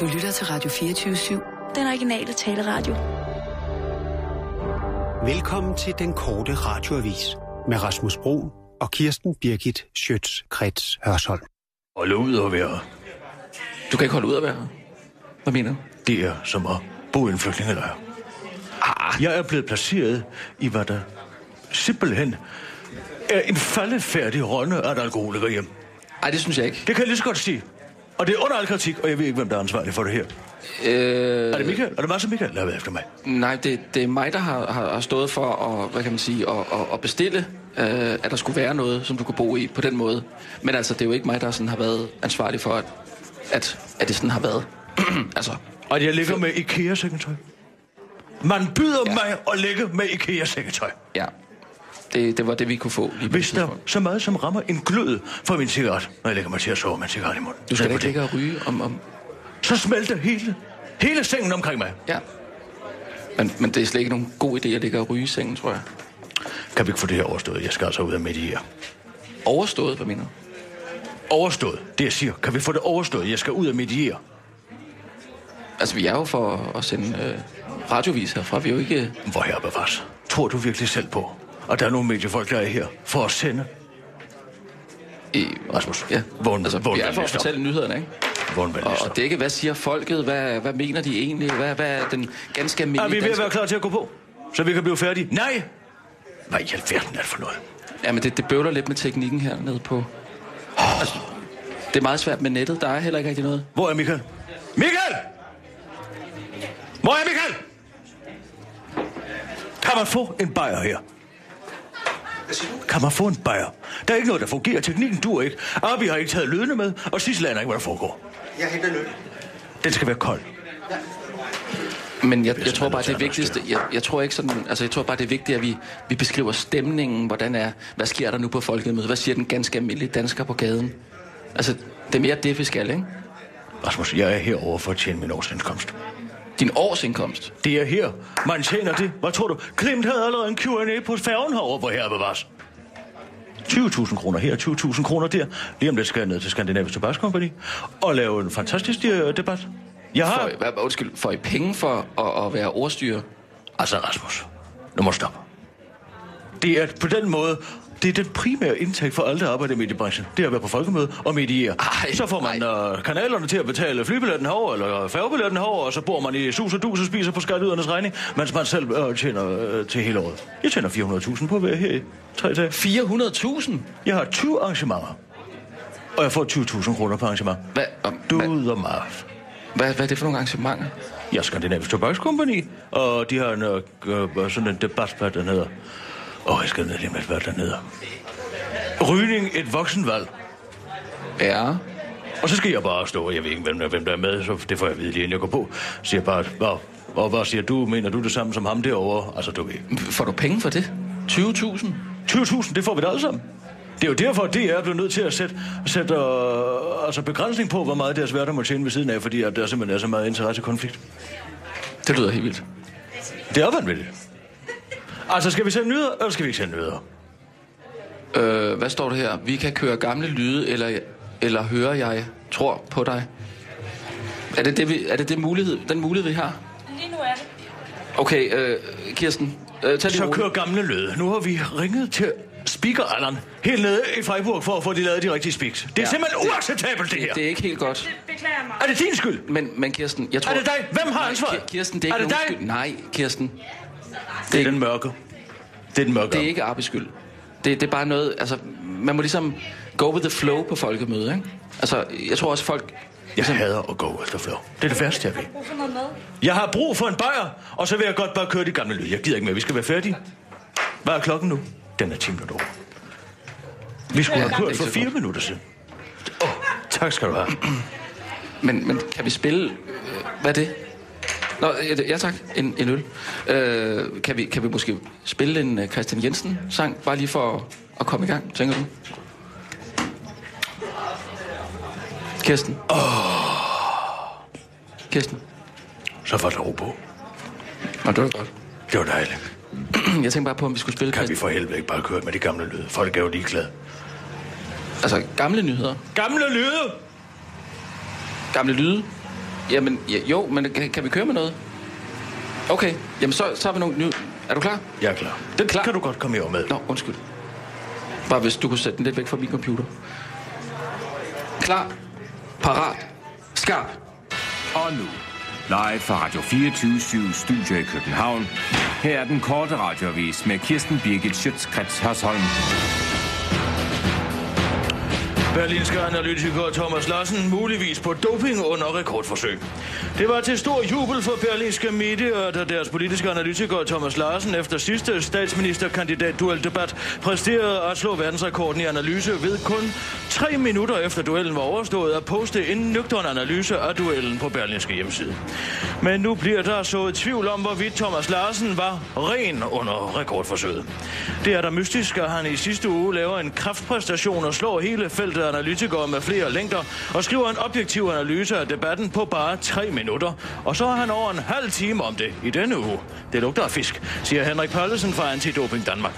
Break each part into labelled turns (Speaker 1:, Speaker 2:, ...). Speaker 1: Du lytter til Radio 24-7.
Speaker 2: Den originale taleradio.
Speaker 3: Velkommen til den korte radioavis med Rasmus Bro og Kirsten Birgit Schøtz-Krets Hørsholm.
Speaker 4: Holde ud og være.
Speaker 5: Du kan ikke holde ud at være her. Hvad mener du?
Speaker 4: Det er som at bo i en flygtningelejr. Ah. Jeg er blevet placeret i, hvad der simpelthen er en faldefærdig ronde af et alkoholikerhjem.
Speaker 5: Ej, det synes jeg ikke.
Speaker 4: Det kan jeg lige så godt sige. Og det er under al kritik, og jeg ved ikke, hvem der er ansvarlig for det her.
Speaker 5: Øh,
Speaker 4: Er det Michael? Er det Martin Michael, der har været efter mig?
Speaker 5: nej, det, det er mig, der har, har, har stået for at, hvad kan man sige, at, at, at bestille, øh, at der skulle være noget, som du kunne bo i på den måde. Men altså, det er jo ikke mig, der sådan har været ansvarlig for, at, at, at det sådan har været. altså,
Speaker 4: Og jeg ligger med IKEA-sengetøj. Man byder ja. mig at ligge med IKEA-sengetøj.
Speaker 5: ja. Det, det var det, vi kunne få lige på
Speaker 4: Hvis
Speaker 5: det
Speaker 4: der
Speaker 5: tidspunkt.
Speaker 4: så meget som rammer en glød for min cigaret, når jeg lægger mig til at sove med en cigaret i munden.
Speaker 5: Du skal da
Speaker 4: Så-
Speaker 5: ikke ligge og ryge om... om
Speaker 4: Så smelter hele, hele sengen omkring mig.
Speaker 5: ja. Men, men det er slet ikke nogen god idé at ligge og ryge i sengen, tror jeg.
Speaker 4: Kan vi ikke få det her overstået? Jeg skal altså ud af midt i her.
Speaker 5: Overstået, hvad mener du?
Speaker 4: Overstået, det jeg siger. Kan vi få det overstået? Jeg skal ud af midt i her.
Speaker 5: Altså, vi er jo for at sende øh, radiovis herfra. Vi er jo ikke...
Speaker 4: Hvor her bevares. Tror du virkelig selv på, at der er nogle mediefolk, der er her for at sende?
Speaker 5: Øh,
Speaker 4: Rasmus,
Speaker 5: Ja.
Speaker 4: vågn,
Speaker 5: altså,
Speaker 4: vågn,
Speaker 5: vi er for at
Speaker 4: Lister.
Speaker 5: fortælle nyhederne, ikke?
Speaker 4: Vågn, vel,
Speaker 5: Og,
Speaker 4: Lister.
Speaker 5: og dække, hvad siger folket? Hvad, hvad mener de egentlig? Hvad, hvad er den ganske almindelige
Speaker 4: Er vi ved at
Speaker 5: dansker-
Speaker 4: være klar til at gå på? Så vi kan blive færdige? Nej! Hvad i alverden er det for noget?
Speaker 5: Jamen, det, det bøvler lidt med teknikken hernede på... Altså, det er meget svært med nettet. Der er heller ikke rigtig noget.
Speaker 4: Hvor er Michael? Michael! Hvor er Michael? Kan man få en bajer her? Kan man få en bajer? Der er ikke noget, der fungerer. Teknikken dur ikke. Abi har ikke taget lydene med, og Sissel aner ikke, hvad der foregår.
Speaker 6: Jeg henter løn.
Speaker 4: Den skal være kold.
Speaker 5: Men jeg,
Speaker 4: bliver
Speaker 5: jeg tror bare, det
Speaker 4: simpelthen nødt til at
Speaker 5: vigtigste... Jeg, jeg, tror ikke sådan... Altså, jeg tror bare, det er vigtigt, at vi, vi beskriver stemningen. Hvordan er... Hvad sker der nu på folkemødet? Hvad siger den ganske almindelige dansker på gaden? Altså, det er mere det, vi skal, ikke?
Speaker 4: Rasmus, jeg er herover for at tjene min årsindkomst.
Speaker 5: Din årsindkomst.
Speaker 4: Det er her. Man tjener det. Hvad tror du? Klimt havde allerede en Q&A på færgen herovre, hvor her bevares. 20.000 kroner her, 20.000 kroner der. Lige om lidt skal jeg ned til Skandinavisk Tobakskompagni og lave en fantastisk øh, debat. Jeg har...
Speaker 5: Får I, hvad, undskyld, får I penge for at, at være ordstyrer?
Speaker 4: Altså, Rasmus, nu må du stoppe. Det er på den måde, det er den primære indtægt for alle, der arbejder i mediebranchen. Det er at være på folkemøde og mediere.
Speaker 5: Ej,
Speaker 4: så får man øh, kanalerne til at betale flybilletten herover, eller færgebilletten herover, og så bor man i sus og dus og spiser på skatteydernes regning, mens man selv øh, tjener øh, til hele året. Jeg tjener 400.000 på at være her i tre dage.
Speaker 5: 400.000?
Speaker 4: Jeg har 20 arrangementer, og jeg får 20.000 kroner per arrangement.
Speaker 5: Hvad, og,
Speaker 4: Du
Speaker 5: hvad,
Speaker 4: og mig.
Speaker 5: hvad, hvad er det for nogle arrangementer?
Speaker 4: Jeg er Skandinavisk Tobakskompagni, og de har en, øh, øh, sådan en debat, hvad den hedder. Åh, oh, jeg skal ned lige med, hvad den hedder. Rygning et voksenvalg.
Speaker 5: Ja.
Speaker 4: Og så skal jeg bare stå, og jeg ved ikke, hvem, der- hvem der er med, så det får jeg at vide lige inden jeg går på. Så jeg bare, og, og bare siger, du mener du det samme som ham derovre? Altså, du ved.
Speaker 5: Får du penge for det? 20.000?
Speaker 4: 20.000, det får vi da alle sammen. Det er jo derfor, at DR er blevet nødt til at sætte, sætte øh, altså begrænsning på, hvor meget deres værter må tjene ved siden af, fordi at der simpelthen er så meget interessekonflikt.
Speaker 5: Det lyder helt vildt.
Speaker 4: Det er vanvittigt. Altså, skal vi sende nyheder, eller skal vi ikke sende nyheder?
Speaker 5: Øh, hvad står det her? Vi kan køre gamle lyde, eller, eller høre jeg tror på dig. Er det, det, vi, er det, det mulighed, den mulighed, vi har?
Speaker 7: Lige nu er det.
Speaker 5: Okay, øh, Kirsten, øh, tag det
Speaker 4: Så
Speaker 5: roligt.
Speaker 4: kører gamle lød. Nu har vi ringet til Speaker Allan helt nede i Freiburg for at få de lavet de rigtige speaks. Det er ja.
Speaker 5: Ja.
Speaker 4: simpelthen uacceptabelt, det her.
Speaker 5: Det er ikke helt godt.
Speaker 7: Beklager mig.
Speaker 4: Er det din skyld?
Speaker 5: Men, men Kirsten, jeg tror...
Speaker 4: Er det dig? Hvem har
Speaker 5: Nej,
Speaker 4: ansvaret?
Speaker 5: Ki- Kirsten, det er,
Speaker 4: Er
Speaker 5: ikke
Speaker 4: det
Speaker 5: nogen
Speaker 4: dig?
Speaker 5: skyld. Nej, Kirsten.
Speaker 4: Det er den mørke. Det er den mørke.
Speaker 5: Det er ikke Arbis skyld. Det, det er bare noget, altså, man må ligesom go with the flow på folkemødet, ikke? Altså, jeg tror også folk...
Speaker 4: Jeg hader at gå efter flow. Det er det værste, jeg ved.
Speaker 7: Brug for noget mad.
Speaker 4: Jeg har brug for en bajer, og så vil jeg godt bare køre de gamle lyd. Jeg gider ikke mere. Vi skal være færdige. Hvad er klokken nu? Den er 10 minutter over. Vi skulle
Speaker 5: Ja,
Speaker 4: have kørt
Speaker 5: det er
Speaker 4: for
Speaker 5: så
Speaker 4: fire
Speaker 5: godt.
Speaker 4: minutter siden. Åh, tak skal du have.
Speaker 5: Men, men kan vi spille... Øh, hvad er det? Nå, øh, ja tak, en, en øl. Øh, kan, vi, kan vi måske spille en øh, Christian Jensen-sang, bare lige for at komme i gang, tænker du? Kirsten. Oh. Kirsten.
Speaker 4: Så var der ro på.
Speaker 5: Nå, det var godt.
Speaker 4: Det var dejligt.
Speaker 5: Jeg tænkte bare på, om vi skulle spille...
Speaker 4: Kan vi
Speaker 5: Christ-
Speaker 4: for helvede ikke bare køre med de gamle lyde? Folk er jo ligeglade.
Speaker 5: Altså, gamle nyheder.
Speaker 4: Gamle lyde!
Speaker 5: Gamle lyde. Jamen, ja, jo, men kan, kan vi køre med noget? Okay, jamen så, så har vi nogle... Nu, er du klar?
Speaker 4: Jeg er klar.
Speaker 5: Den er klar.
Speaker 4: Kan du godt komme herover med?
Speaker 5: Nå, undskyld. Bare hvis du kunne sætte den lidt væk fra min computer. Klar, parat, skarp.
Speaker 2: Og nu, live fra Radio 24 Studio i København. Her er den korte radiovis med Kirsten Birgit Schøtzgrads Hasholm.
Speaker 4: Berlinske analytiker Thomas Larsen muligvis på doping under rekordforsøg. Det var til stor jubel for berlinske medier, da deres politiske analytiker Thomas Larsen efter sidste statsministerkandidat dueldebat præsterede at slå verdensrekorden i analyse ved kun tre minutter efter duellen var overstået at poste en nøgtern analyse af duellen på berlinske hjemmeside. Men nu bliver der så tvivl om, hvorvidt Thomas Larsen var ren under rekordforsøget. Det er da mystisk, at han i sidste uge laver en kraftpræstation og slår hele feltet af analytikere med flere længder og skriver en objektiv analyse af debatten på bare tre minutter. Og så har han over en halv time om det i denne uge. Det lugter af fisk, siger Henrik Pallesen fra Antidoping Danmark.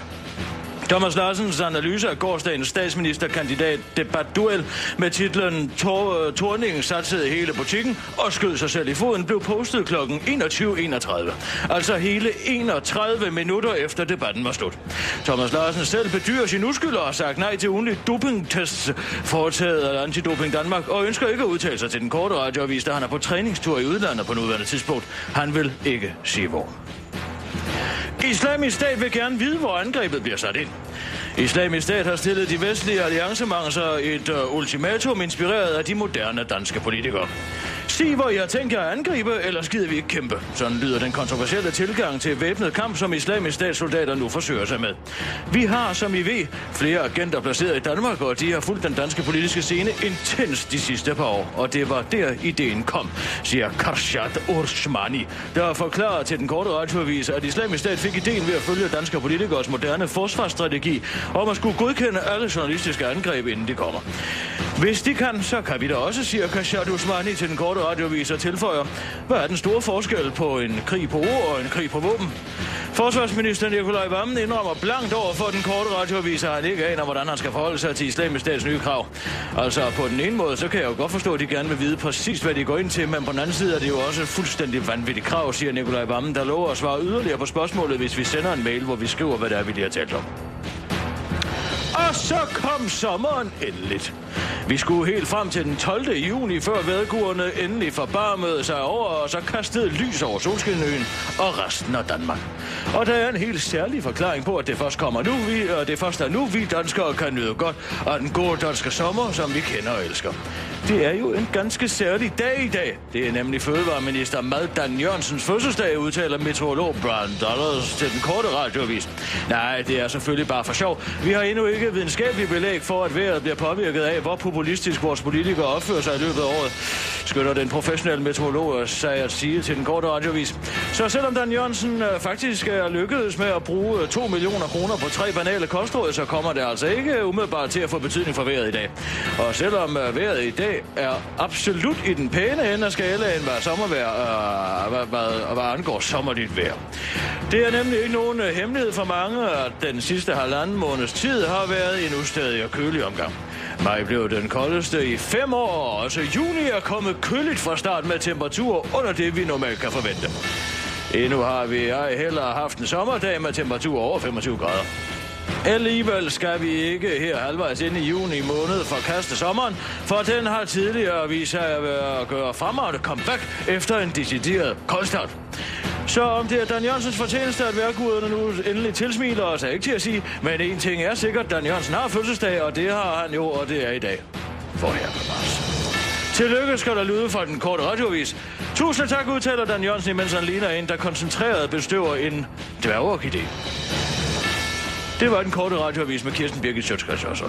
Speaker 4: Thomas Larsens analyse af gårdsdagens statsministerkandidat debatduel med titlen Tor- øh, Torningen satsede hele butikken og skød sig selv i foden blev postet kl. 21.31. Altså hele 31 minutter efter debatten var slut. Thomas Larsen selv bedyrer sin uskyld og har sagt nej til ugenlig dopingtest foretaget af Antidoping Danmark og ønsker ikke at udtale sig til den korte radioavis, da han er på træningstur i udlandet på nuværende tidspunkt. Han vil ikke sige hvor. Islamisk Stat vil gerne vide, hvor angrebet bliver sat ind. Islamisk Stat har stillet de vestlige alliancemangelser et uh, ultimatum inspireret af de moderne danske politikere. Sig, hvor jeg tænker at angribe, eller skider vi ikke kæmpe. Sådan lyder den kontroversielle tilgang til væbnet kamp, som islamisk statssoldater nu forsøger sig med. Vi har, som I ved, flere agenter placeret i Danmark, og de har fulgt den danske politiske scene intens de sidste par år. Og det var der, ideen kom, siger Karshat Urshmani, der forklarer til den korte radioavis, at islamisk stat fik ideen ved at følge danske politikeres moderne forsvarsstrategi om at skulle godkende alle journalistiske angreb, inden de kommer. Hvis de kan, så kan vi da også, siger Karshat Urshmani til den korte radioavis og tilføjer, hvad er den store forskel på en krig på ord og en krig på våben? Forsvarsminister Nikolaj Vammen indrømmer blankt over for den korte radioavis, at han ikke aner, hvordan han skal forholde sig til islamisk stats nye krav. Altså, på den ene måde, så kan jeg jo godt forstå, at de gerne vil vide præcis, hvad de går ind til, men på den anden side er det jo også et fuldstændig vanvittigt krav, siger Nikolaj Vammen, der lover at svare yderligere på spørgsmålet, hvis vi sender en mail, hvor vi skriver, hvad det er, vi lige har talt om. Og så kom sommeren endeligt. Vi skulle helt frem til den 12. juni, før vædkurene endelig forbarmede sig over, og så kastede lys over Solskinøen og resten af Danmark. Og der er en helt særlig forklaring på, at det først kommer nu, vi, og det først er nu, vi danskere kan nyde godt af den gode danske sommer, som vi kender og elsker. Det er jo en ganske særlig dag i dag. Det er nemlig fødevareminister Mad Dan Jørgensens fødselsdag, udtaler meteorolog Brian Dollars til den korte radioavis. Nej, det er selvfølgelig bare for sjov. Vi har endnu ikke videnskabeligt belæg for, at vejret bliver påvirket af, hvor populistisk vores politikere opfører sig i løbet af året, skynder den professionelle meteorolog sig at sige til den korte radiovis. Så selvom Dan Jørgensen øh, faktisk er lykkedes med at bruge øh, 2 millioner kroner på tre banale kostråd, så kommer det altså ikke umiddelbart til at få betydning for vejret i dag. Og selvom øh, vejret i dag er absolut i den pæne ende af skalaen, hvad, sommervejr, øh, hvad, hvad, hvad angår sommerligt vejr. Det er nemlig ikke nogen øh, hemmelighed for mange, at den sidste halvanden måneds tid har været en ustadig og kølig omgang. Maj blev den koldeste i fem år, og også juni er kommet køligt fra start med temperaturer under det, vi normalt kan forvente. Endnu har vi ej heller haft en sommerdag med temperaturer over 25 grader. Alligevel skal vi ikke her halvvejs ind i juni måned forkaste sommeren, for den har tidligere vist sig at være at gøre fremragende comeback efter en decideret koldstart. Så om det er Dan Jørgensens fortjeneste, at værkuderne nu endelig tilsmiler os, er ikke til at sige, men en ting er sikkert, Dan Jørgensen har fødselsdag, og det har han jo, og det er i dag. For her på Mars. Tillykke skal der lyde fra den korte radiovis. Tusind tak, udtaler Dan Jørgensen, imens han ligner en, der koncentreret bestøver en dværgorkidé. Det var den korte radioavis med Kirsten Birgit Sjøtskrets også.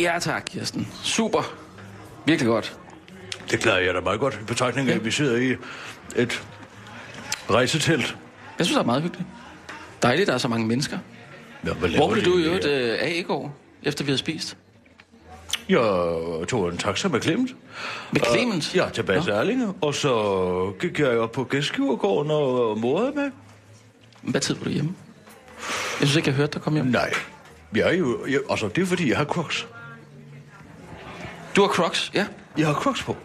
Speaker 5: Ja tak, Kirsten. Super. Virkelig godt.
Speaker 4: Det klarer jeg da meget godt, i betragtning af, at vi sidder i et rejsetelt.
Speaker 5: Jeg synes, det er meget hyggeligt. Dejligt, der er så mange mennesker.
Speaker 4: Ja, hvad laver
Speaker 5: Hvor blev
Speaker 4: de
Speaker 5: du i
Speaker 4: egentlig
Speaker 5: øvrigt
Speaker 4: her?
Speaker 5: øh, af i går, efter vi havde spist?
Speaker 4: Jeg tog en taxa med Clemens.
Speaker 5: Med Clemens?
Speaker 4: Og- Øh, Ja, tilbage
Speaker 5: øh?
Speaker 4: til
Speaker 5: Nå.
Speaker 4: Erlinge. Og så gik jeg op på gæstgivergården og morede med.
Speaker 5: Hvad tid var du hjemme? Jeg synes ikke, jeg hørte dig komme hjem.
Speaker 4: Nej. Jeg er jo... Jeg, altså, det er fordi, jeg har crocs.
Speaker 5: Du har Crocs, ja.
Speaker 4: Jeg har crocs på.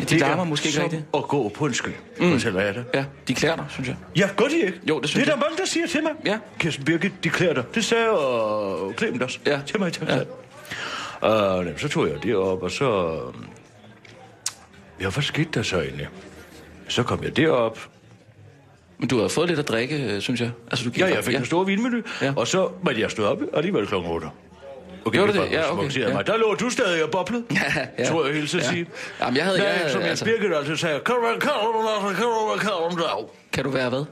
Speaker 5: ja de larmer måske ikke
Speaker 4: som
Speaker 5: rigtigt.
Speaker 4: at gå på en ski. Mm. Fortæller jeg det.
Speaker 5: Ja, de klæder dig, synes jeg.
Speaker 4: Ja, gør de ikke?
Speaker 5: Jo, det synes
Speaker 4: Det er
Speaker 5: jeg.
Speaker 4: der mange, der siger til mig.
Speaker 5: Ja.
Speaker 4: Kirsten Birgit, de klæder dig. Det sagde øh, Clement også
Speaker 5: Ja.
Speaker 4: til mig. Til
Speaker 5: Ja.
Speaker 4: mig. Ja. Uh, så tog jeg det op, og så... Ja, hvad skete der så egentlig? Så kom jeg derop.
Speaker 5: Men du har fået lidt at drikke, øh, synes jeg. Altså, du gik
Speaker 4: Ja,
Speaker 5: op-
Speaker 4: jeg fik ja. en stor vinmenu,
Speaker 5: Ja.
Speaker 4: ja. og så... Men jeg stod op alligevel kl. 8. Okay,
Speaker 5: Gjorde du
Speaker 4: var
Speaker 5: det? Ja, okay,
Speaker 4: smukt,
Speaker 5: ja.
Speaker 4: Mig. Der lå du stadig og boblede,
Speaker 5: Ja, ja.
Speaker 4: tror jeg helt så
Speaker 5: Ja.
Speaker 4: sige.
Speaker 5: Jamen, jeg havde-
Speaker 4: Nej,
Speaker 5: jeg havde-
Speaker 4: som jeg
Speaker 5: altså-
Speaker 4: altså... Birgit altid sagde, kom, kom, kom, kom, kom, kom, kom,
Speaker 5: Kan du være hvad?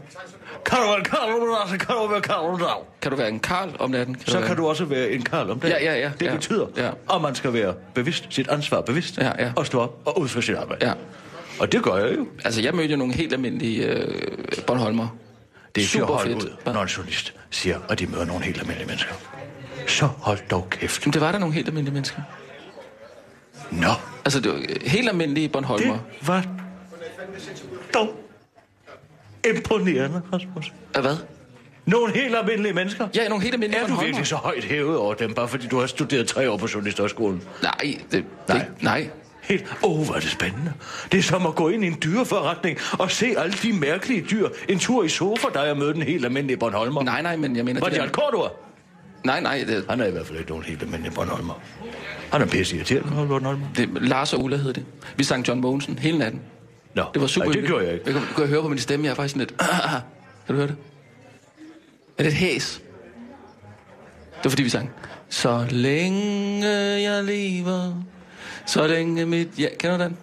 Speaker 4: Karl, Karl, Karl, Karl, Karl.
Speaker 5: Kan du være en karl om natten? Kan
Speaker 4: Så
Speaker 5: være...
Speaker 4: kan du også være en karl om det.
Speaker 5: Ja, ja, ja,
Speaker 4: Det
Speaker 5: ja.
Speaker 4: betyder,
Speaker 5: Ja.
Speaker 4: at man skal være bevidst, sit ansvar bevidst,
Speaker 5: Ja, ja.
Speaker 4: og stå op og udføre sit arbejde.
Speaker 5: Ja.
Speaker 4: Og det gør jeg jo.
Speaker 5: Altså, jeg mødte jo nogle helt almindelige øh, Bornholmer.
Speaker 4: Det er
Speaker 5: Super
Speaker 4: Super at holde
Speaker 5: fedt.
Speaker 4: ud, når en journalist siger, at de møder nogle helt almindelige mennesker. Så hold dog kæft.
Speaker 5: Men det var der nogle helt almindelige mennesker.
Speaker 4: Nå,
Speaker 5: Altså, det var øh, helt almindelige Bornholmer.
Speaker 4: det var dog imponerende, Rasmus.
Speaker 5: Af hvad?
Speaker 4: Nogle helt almindelige mennesker.
Speaker 5: Ja, nogle helt almindelige
Speaker 4: Er du
Speaker 5: Bornholmer.
Speaker 4: virkelig så højt hævet over dem, bare fordi du har studeret tre år på journalisterskolen?
Speaker 5: Nej, det, nej.
Speaker 4: Nej.
Speaker 5: Det, nej.
Speaker 4: Helt, åh, oh, hvor er det spændende. Det er som at gå ind i en dyreforretning og se alle de mærkelige dyr. En tur i sofa, der jeg mødte en helt almindelig Bornholmer.
Speaker 5: Nej, nej, men jeg mener...
Speaker 4: Var det
Speaker 5: der-
Speaker 4: Jarl Kortua?
Speaker 5: Nej, nej, det,
Speaker 4: Han er i hvert fald ikke nogen helt almindelig Bornholmer. Han er pisse irriterende, Hold Bornholmer.
Speaker 5: det, Lars og Ulla hed det. Vi sang John Mogensen hele natten.
Speaker 4: Nå,
Speaker 5: Det var super
Speaker 4: Nej, det
Speaker 5: hyggeligt.
Speaker 4: gjorde jeg ikke.
Speaker 5: Jeg kunne, kunne jeg høre på min stemme, jeg er faktisk sådan lidt... "Ah, kan du høre det? Er det et hæs? Det var fordi, vi sang. Så længe jeg lever, så længe mit... Ja, kender du den?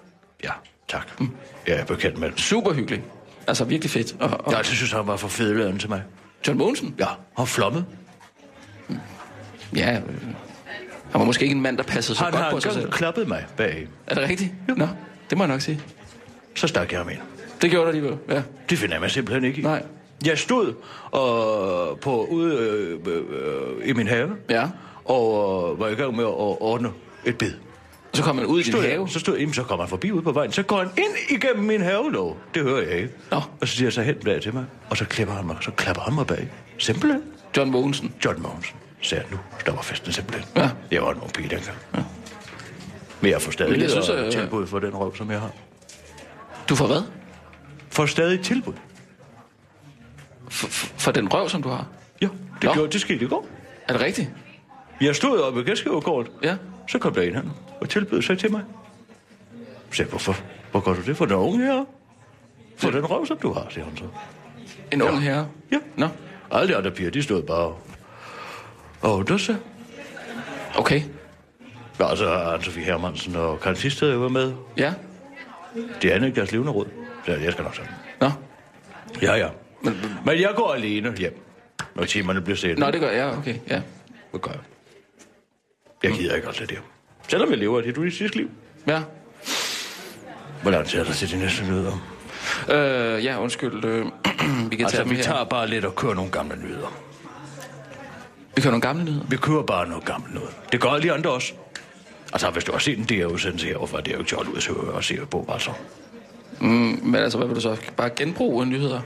Speaker 4: Ja, tak. Mm. Ja, jeg er bekendt med det.
Speaker 5: Super hyggelig. Altså virkelig fedt. Og, og
Speaker 4: Jeg synes, han var for fedeløren til mig.
Speaker 5: John Mogensen?
Speaker 4: Ja, og flommet.
Speaker 5: Ja, øh, han var måske ikke en mand, der passede så
Speaker 4: Han
Speaker 5: godt
Speaker 4: har
Speaker 5: på sig selv.
Speaker 4: engang klappet mig bag.
Speaker 5: Er det rigtigt? Nå, det må jeg nok sige.
Speaker 4: Så stak jeg ham ind.
Speaker 5: Det gjorde du alligevel, ja.
Speaker 4: Det finder jeg mig simpelthen ikke i.
Speaker 5: Nej.
Speaker 4: Jeg stod og på, ude øh, øh, øh, i min have,
Speaker 5: Ja.
Speaker 4: og øh, var i gang med at ordne et bed.
Speaker 5: Så kom han ud i din
Speaker 4: Stod jeg,
Speaker 5: have.
Speaker 4: så stod jamen, så kommer han forbi ude på vejen, så går han ind igennem min havelov. Det hører jeg ikke.
Speaker 5: Nå.
Speaker 4: Og så siger jeg så hen bag til mig, og så klipper han mig, så klapper han mig bag. Simpelthen.
Speaker 5: John Mogensen.
Speaker 4: John Mogensen sagde, nu stopper festen simpelthen.
Speaker 5: Ja.
Speaker 4: Jeg var en ung pige dengang. Ja. Men jeg får stadig
Speaker 5: Men jeg
Speaker 4: jeg
Speaker 5: synes,
Speaker 4: synes,
Speaker 5: at-
Speaker 4: tilbud for den røv, som jeg har.
Speaker 5: Du får hvad?
Speaker 4: Får stadig tilbud.
Speaker 5: For, for, for den røv, som du har.
Speaker 4: Ja, det,
Speaker 5: Nå.
Speaker 4: gjorde, det skete i går.
Speaker 5: Er det rigtigt?
Speaker 4: Jeg stod oppe i Gæstgården,
Speaker 5: Ja.
Speaker 4: Så kom der en anden og tilbød sig til mig. Så sagde, jeg, hvorfor? Hvor gør du det for den unge her? For den røv, som du har, siger hun så.
Speaker 5: En ung herre?
Speaker 4: Ja.
Speaker 5: Nå,
Speaker 4: Alle de andre piger, de stod bare og... Og der så...
Speaker 5: okay.
Speaker 4: Ja, så har Anne-Sophie Hermansen og Karen Tisted jo været med.
Speaker 5: Ja.
Speaker 4: Det er ikke deres levende råd. Så jeg skal nok sådan.
Speaker 5: Nå.
Speaker 4: Ja, ja. Men, Men jeg går alene hjem, når timerne bliver sent.
Speaker 5: Nå, det gør jeg. Ja, okay, ja.
Speaker 4: Hvad gør jeg? Jeg gider ikke alt det der. Selvom jeg lever, det er du i sidste liv.
Speaker 5: Ja.
Speaker 4: Hvordan ser der til de næste nyheder?
Speaker 5: Øh, ja, undskyld. Øh, vi kan
Speaker 4: Altså,
Speaker 5: tage dem
Speaker 4: vi
Speaker 5: her.
Speaker 4: tager bare lidt og kører nogle gamle nyheder.
Speaker 5: Vi kører nogle gamle nyheder.
Speaker 4: Vi kører bare noget gammelt noget. Det gør alle de andre også. Altså, hvis du har set en DR-udsendelse herovre, det er jo ikke sjovt ud at søge og se på, altså.
Speaker 5: Men altså, hvad vil du så? Bare genbruge nyheder?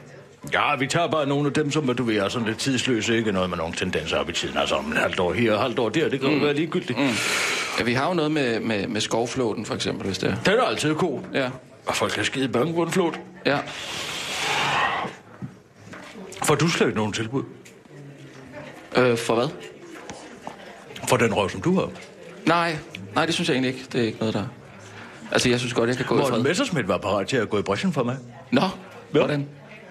Speaker 4: Ja, vi tager bare nogle af dem, som du ved, er sådan lidt tidsløse, ikke noget med nogle tendenser op i tiden. Altså, om en halvt år her og halvt år der, det kan jo være ligegyldigt. Mm.
Speaker 5: Ja, vi har jo noget med, med, med skovflåten, for eksempel, hvis det er.
Speaker 4: Den er altid god.
Speaker 5: Ja.
Speaker 4: Og folk kan skide bange på en flot.
Speaker 5: Ja.
Speaker 4: For du slet ikke nogen tilbud.
Speaker 5: Øh, for hvad?
Speaker 4: For den røv, som du har.
Speaker 5: Nej. Nej, det synes jeg egentlig ikke. Det er ikke noget, der... Altså, jeg synes godt, jeg kan gå i
Speaker 4: Morten
Speaker 5: fred.
Speaker 4: Messerschmidt var parat til at gå i bræschen for mig.
Speaker 5: Nå,
Speaker 4: Ja.
Speaker 5: hvordan?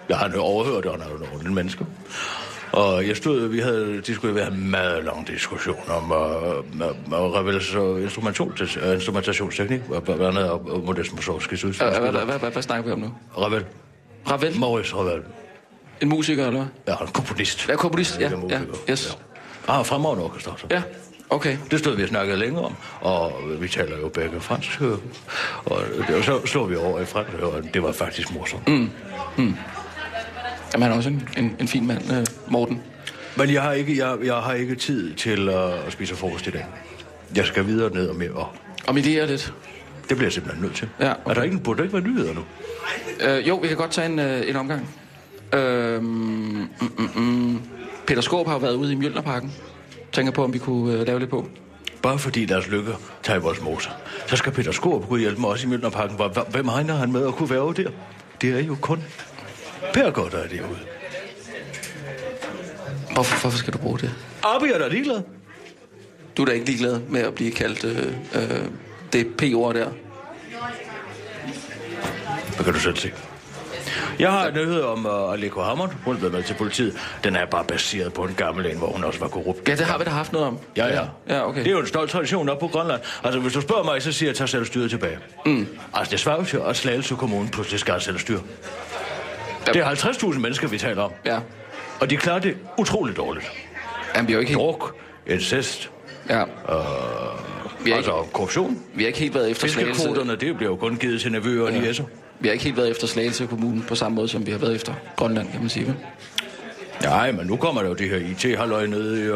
Speaker 4: Ja, han overhørte, og han er jo nogle ordentlige mennesker. Og jeg stod, vi havde, de skulle være en meget lang diskussion om uh, Revels uh, instrumentation- øh, instrumentationsteknik, og blandt andet og- og Modest Mussorgskis
Speaker 5: Øh, Hvad, hvad,
Speaker 4: udspil.
Speaker 5: hvad, hvad, hvad snakker vi om nu?
Speaker 4: Revel.
Speaker 5: Ravel?
Speaker 4: Maurice Revel.
Speaker 5: En musiker, eller hvad?
Speaker 4: Ja, han er komponist.
Speaker 5: Ja, komponist. Ja,
Speaker 4: Han er
Speaker 5: ja,
Speaker 4: musiker.
Speaker 5: yes.
Speaker 4: Ja. Ah, fremragende orkester. så.
Speaker 5: Ja, okay.
Speaker 4: Det stod vi og snakkede længe om, og vi taler jo begge fransk. øh, Og det- så slog vi over i fransk, og det var faktisk morsomt. Mm.
Speaker 5: Jamen, han er også en, en, en fin mand, øh, Morten.
Speaker 4: Men jeg har ikke, jeg, jeg har ikke tid til øh, at spise frokost i dag. Jeg skal videre ned og mere. Og
Speaker 5: Om idéer lidt.
Speaker 4: det bliver jeg simpelthen nødt til.
Speaker 5: Ja, okay.
Speaker 4: Er der ikke, burde der ikke være nyheder nu?
Speaker 5: Øh, jo, vi kan godt tage en, øh, en omgang. Øhm, mm, mm, mm. Peter Skorp har jo været ude i Mjølnerparken. Tænker på, om vi kunne øh, lave lidt på.
Speaker 4: Bare fordi Lars Lykke tager i Voldemose, så skal Peter Skorup kunne hjælpe mig også i Mjølnerparken. Hvor- hvor- Hvem regner han med at kunne være der? Det er jo kun Per godt, der er derude.
Speaker 5: Hvorfor, hvorfor skal du bruge det?
Speaker 4: Abi er da ligeglad.
Speaker 5: Du er da ikke ligeglad med at blive kaldt øh, øh, det P-ord der.
Speaker 4: Det kan du selv se. Jeg har en nyhed om uh, Aleko Hammond. Hun blev med til politiet. Den er bare baseret på en gammel en, hvor hun også var korrupt.
Speaker 5: Ja, det har vi da haft noget om.
Speaker 4: Ja, ja.
Speaker 5: Ja, okay.
Speaker 4: Det er jo en stolt tradition oppe på Grønland. Altså, hvis du spørger mig, så siger jeg, tag selvstyret tilbage. Mm. Altså, det svarer jo til, at Slagelse Kommune pludselig skal have selvstyre.
Speaker 5: Ja.
Speaker 4: Det er 50.000 mennesker, vi taler om.
Speaker 5: Ja.
Speaker 4: Og de klarer det utroligt dårligt.
Speaker 5: Jamen, vi har jo ikke helt...
Speaker 4: Druk, incest, øh,
Speaker 5: Ja. Vi har, ikke,
Speaker 4: altså korruption.
Speaker 5: vi har ikke helt været efter Slagelse.
Speaker 4: Fiskekvoterne, det bliver jo kun givet til nervøer og ja.
Speaker 5: Vi har ikke helt været efter Slagelse Kommune på samme måde, som vi har været efter Grønland, kan man sige. Vel?
Speaker 4: Nej, men nu kommer der jo det her IT-halløj nede i øh,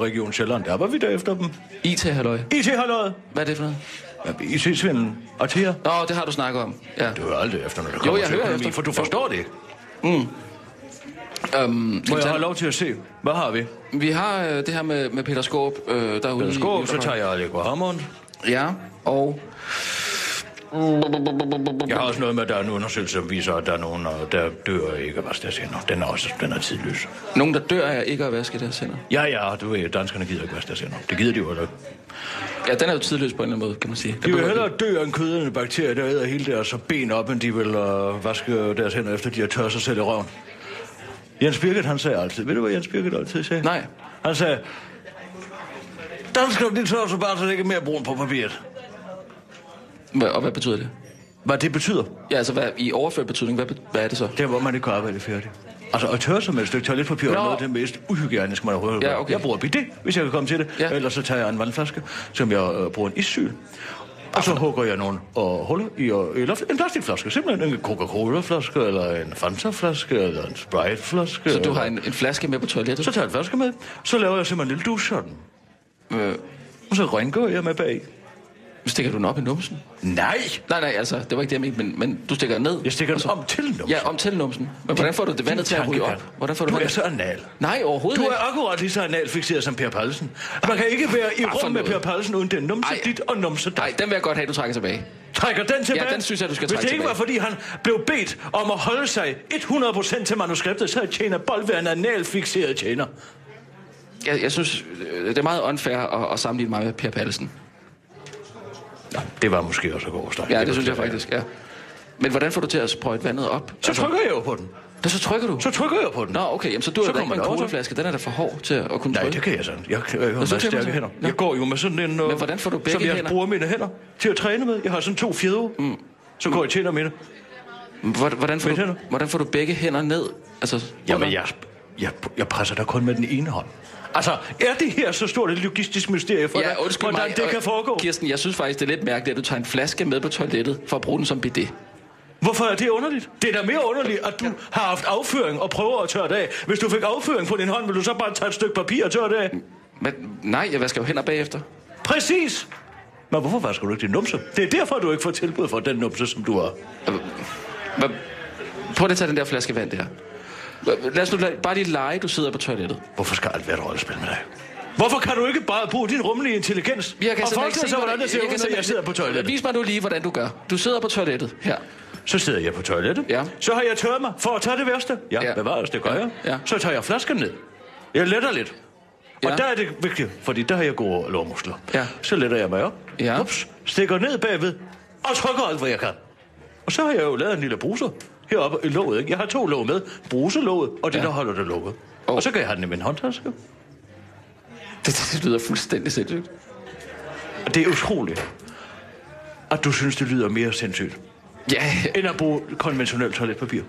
Speaker 4: Region Sjælland. Der var vi der efter dem.
Speaker 5: IT, halløj.
Speaker 4: IT-halløjet!
Speaker 5: Hvad er det for noget?
Speaker 4: Ja, IT-svindelen. Artea.
Speaker 5: Nå, det har du snakket om. Ja.
Speaker 4: Du hører aldrig efter, når der kommer
Speaker 5: jeg
Speaker 4: til
Speaker 5: hører
Speaker 4: økonomi,
Speaker 5: efter.
Speaker 4: for du forstår det ikke.
Speaker 5: Øhm, skal
Speaker 4: Må
Speaker 5: vi,
Speaker 4: jeg
Speaker 5: tage,
Speaker 4: have lov til at se? Hvad har vi?
Speaker 5: vi har øh, det her med, med Peter Skåb øh, derude. i-
Speaker 4: Skåb, så tager jeg Allegro Hammond.
Speaker 5: Ja, og...
Speaker 4: Jeg har også noget med, at der er en undersøgelse, som viser, at der er nogen, øh, der dør ikke. Hvad skal jeg sige? Nå, Den er også den er tidløs.
Speaker 5: Nogen, der dør af ikke at vaske deres hænder.
Speaker 4: Ja, ja, du ved, danskerne gider ikke, hvad skal jeg sige? Nå, Det gider de jo ikke.
Speaker 5: Ja, den er jo tidløs på en eller anden måde, kan man sige. Den
Speaker 4: De vil
Speaker 5: behøver
Speaker 4: hellere dø af en kødende bakterie, der æder hele deres ben op, end de vil øh, vaske deres hænder, efter de har tørret sig selv i røven. Jens Birgit, han sagde altid, ved du, hvad Jens Birgit altid sagde?
Speaker 5: Nej.
Speaker 4: Han sagde, danskerne, de tørrer sig bare, så det ikke er mere brun på papiret.
Speaker 5: ikke- Hva- Og hvad betyder det?
Speaker 4: Hvad det betyder,
Speaker 5: Ja, altså hvad, i overført betydning, hvad, be- hvad er det så?
Speaker 4: det er, hvor man ikke kan arbejde færdigt. Altså, at tørre sig med et stykke toiletpapir er
Speaker 5: Nå.
Speaker 4: noget af det mest uhygiejniske, man overhovedet
Speaker 5: Ja,
Speaker 4: gør.
Speaker 5: okay.
Speaker 4: Jeg bruger bidet, hvis jeg kan komme til det.
Speaker 5: Ja.
Speaker 4: Ellers så tager jeg en vandflaske, som jeg øh, bruger en issyl. Og så hugger jeg nogle øh, huller i, øh, i loftet. En plastikflaske, simpelthen. En Coca-Cola-flaske, eller en Fanta-flaske, eller en Sprite-flaske.
Speaker 5: Så du har
Speaker 4: eller-
Speaker 5: en, en flaske med på toilettet?
Speaker 4: Så tager jeg en flaske med. Så laver jeg simpelthen en lille douche sådan.
Speaker 5: Øh,
Speaker 4: Og så rynker jeg med bag.
Speaker 5: stikker du den op i numsen?
Speaker 4: Nej!
Speaker 5: Nej, nej, altså, det var ikke det, jeg mente, men, men du stikker den ned.
Speaker 4: Jeg stikker
Speaker 5: og så-
Speaker 4: den om til numsen.
Speaker 5: Ja, om til numsen. Men hvordan får du det vandet til at ryge op?
Speaker 4: Tankegang.
Speaker 5: Hvordan får du,
Speaker 4: du er
Speaker 5: vandet?
Speaker 4: så anal.
Speaker 5: Nej, overhovedet
Speaker 4: Du
Speaker 5: ikke.
Speaker 4: er akkurat lige så analfixeret som Per Pallesen. Man kan ikke være i
Speaker 5: Ah, for
Speaker 4: rum med Per
Speaker 5: noget.
Speaker 4: Pallesen uden den numse
Speaker 5: Ej.
Speaker 4: dit og numse
Speaker 5: Nej,
Speaker 4: dig.
Speaker 5: den vil jeg godt have, du trækker tilbage.
Speaker 4: Trækker den tilbage?
Speaker 5: den synes jeg, du skal
Speaker 4: Hvis
Speaker 5: trække
Speaker 4: det ikke var, fordi han blev bedt om at holde sig 100% til manuskriptet, så tjener Bold ved en analfixeret tjener.
Speaker 5: Jeg, jeg synes, øh, det er meget unfair at, at sammenligne mig med Per Pallesen.
Speaker 4: Det var måske også at gå over
Speaker 5: Ja, det synes jeg faktisk, ja. Men hvordan får du til at sprøjte vandet op?
Speaker 4: Så trykker jeg jo på den.
Speaker 5: Nå, så trykker du?
Speaker 4: Så trykker jeg på den.
Speaker 5: Nå, okay, jamen, så du har
Speaker 4: Så
Speaker 5: da ikke
Speaker 4: kommer
Speaker 5: en
Speaker 4: det over.
Speaker 5: colaflaske. Den er da for hård til at kunne
Speaker 4: Nej,
Speaker 5: trykke.
Speaker 4: det kan jeg sådan. Jeg, jeg, jeg har
Speaker 5: så
Speaker 4: meget
Speaker 5: trykker man
Speaker 4: stærke
Speaker 5: så.
Speaker 4: hænder.
Speaker 5: Nå.
Speaker 4: Jeg går jo med sådan en... øh,
Speaker 5: Men hvordan får du begge
Speaker 4: Som jeg
Speaker 5: hænder?
Speaker 4: bruger mine hænder til at træne med. Jeg har sådan to fjedre. Mm. Så går jeg til med det.
Speaker 5: Hvor- Hvordan får,
Speaker 4: Hvad
Speaker 5: du,
Speaker 4: siger du?
Speaker 5: hvordan får du begge hænder ned? Altså,
Speaker 4: Jamen, jeg, jeg, jeg presser dig kun med den ene hånd. Altså, er det her så stort et logistisk mysterie for dig,
Speaker 5: Ja, undskyld
Speaker 4: hvordan
Speaker 5: mig.
Speaker 4: det
Speaker 5: og-
Speaker 4: kan foregå?
Speaker 5: Kirsten, jeg synes faktisk, det er lidt mærkeligt, at du tager en flaske med på toilettet for at bruge den som bidet.
Speaker 4: Hvorfor er det underligt? Det er da mere underligt, at du har haft afføring og prøver at tørre det af. Hvis du fik afføring på din hånd, ville du så bare tage et stykke papir og tørre det af?
Speaker 5: Men nej, jeg vasker jo hænder bagefter.
Speaker 4: Præcis! Men hvorfor vasker du ikke din numse? Det er derfor, du ikke får tilbud for den numse, som du har.
Speaker 5: Hvad? Prøv lige at tage den der flaske vand der. Hva- Lad os nu la- bare lige lege, du sidder på toilettet.
Speaker 4: Hvorfor skal alt være et rollespil med dig? Hvorfor kan du ikke bare bruge din rummelige intelligens? og
Speaker 5: simpelthen
Speaker 4: forestille sig, hvordan det ser ud,
Speaker 5: kan
Speaker 4: når jeg
Speaker 5: simpelthen-
Speaker 4: sidder på toilettet?
Speaker 5: Vis mig nu lige, hvordan du gør. Du sidder på toilettet her.
Speaker 4: Så sidder jeg på toilettet.
Speaker 5: Ja.
Speaker 4: Så har jeg tørret mig for at tage det værste. Ja,
Speaker 5: Ja.
Speaker 4: ja. bevares, det gør
Speaker 5: Ja.
Speaker 4: jeg.
Speaker 5: Ja.
Speaker 4: Så tager jeg flasken ned. Jeg letter lidt. Og
Speaker 5: Ja.
Speaker 4: der er det vigtigt, fordi der har jeg gode lårmuskler.
Speaker 5: Ja.
Speaker 4: Så letter jeg mig op.
Speaker 5: Ja.
Speaker 4: Ups, stikker ned bagved og trykker alt, hvad jeg kan. Og så har jeg jo lavet en lille bruser heroppe i låget. Ikke? Jeg har to låg med. Bruselåget og det,
Speaker 5: Ja.
Speaker 4: der holder det lukket.
Speaker 5: Og-
Speaker 4: Og så kan jeg have den i min håndtaske.
Speaker 5: Det, det, det lyder fuldstændig sindssygt.
Speaker 4: Og det er utroligt, at du synes, det lyder mere sindssygt,
Speaker 5: Ja,
Speaker 4: end at bruge konventionelt toiletpapir.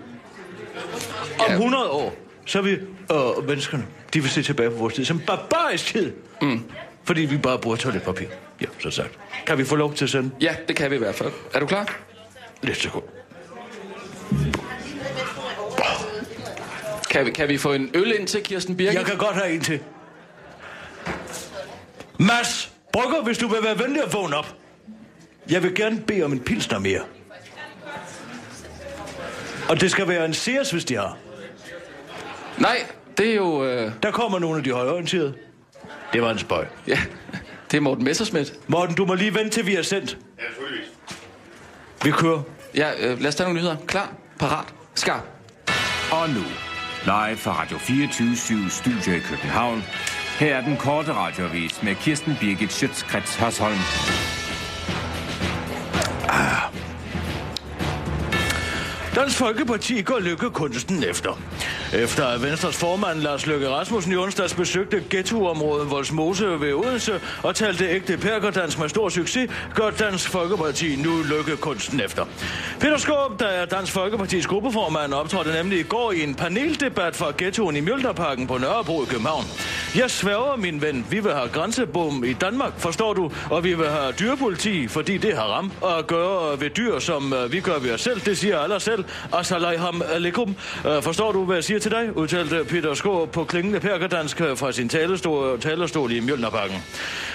Speaker 4: Om
Speaker 5: Ja.
Speaker 4: 100 år, så vil øh, menneskerne, de vil se tilbage på vores tid som barbarisk tid. Mm. Fordi vi bare bruger toiletpapir. Ja, så sagt. Kan vi få lov til at sende
Speaker 5: ja, det kan vi i hvert fald. Er du klar?
Speaker 4: lidt sekund?
Speaker 5: Kan vi, kan vi få en øl ind til Kirsten Birgit?
Speaker 4: Jeg kan godt have en til. Mads Brygger, hvis du vil være venlig at vågne op. Jeg vil gerne bede om en pilsner mere. Og det skal være en Sears, hvis de har.
Speaker 5: Nej, det er jo... Øh,
Speaker 4: Der kommer nogle af de højorienterede. Det var en spøj.
Speaker 5: ja, det er Morten Messerschmidt.
Speaker 4: Morten, du må lige vente til vi er sendt.
Speaker 6: Ja, selvfølgelig.
Speaker 4: Vi kører.
Speaker 5: Ja, øh, lad os tage nogle nyheder. Klar, parat, skarp.
Speaker 2: Og nu, live fra Radio 24 Studio i København. Her er den korte radiovis med Kirsten Birgit Schøtzgrads Hasholm.
Speaker 4: Dansk Folkeparti går lykkekunsten efter. Efter at Venstres formand Lars Løkke Rasmussen i onsdags besøgte ghettoområdet Volsmose ved Odense og talte ægte perkerdans med stor succes, gør Dansk Folkeparti nu lykkekunsten efter. Peter Skåb, der er Dansk Folkepartis gruppeformand, optrådte nemlig i går i en paneldebat fra ghettoen i Mjølterparken på Nørrebro i København. Jeg sværger, min ven, vi vil have grænsebom i Danmark, forstår du? Og vi vil have dyrepoliti, fordi det har ram at gøre ved dyr, som øh, vi gør ved os selv. Det siger alle os selv. Assalamu alaikum. Øh, forstår du, hvad jeg siger til dig? Udtalte Peter Skå på klingende perkerdansk øh, fra sin talestol, talestol i Mjølnerparken.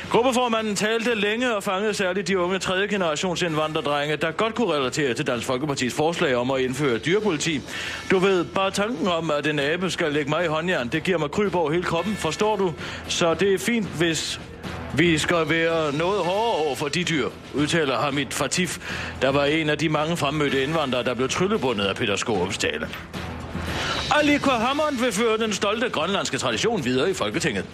Speaker 4: Gruppeformanden talte længe og fangede særligt de unge tredje generations indvandrerdrenge, der godt kunne relatere til Dansk Folkepartis forslag om at indføre dyrepoliti. Du ved, bare tanken om, at en abe skal lægge mig i håndjern, det giver mig kryb over hele kroppen, forstår du? Så det er fint, hvis vi skal være noget hårdere over for de dyr, udtaler Hamid Fatif, der var en af de mange fremmødte indvandrere, der blev tryllebundet af Peter Skorups tale. Ali Hammond vil føre den stolte grønlandske tradition videre i Folketinget.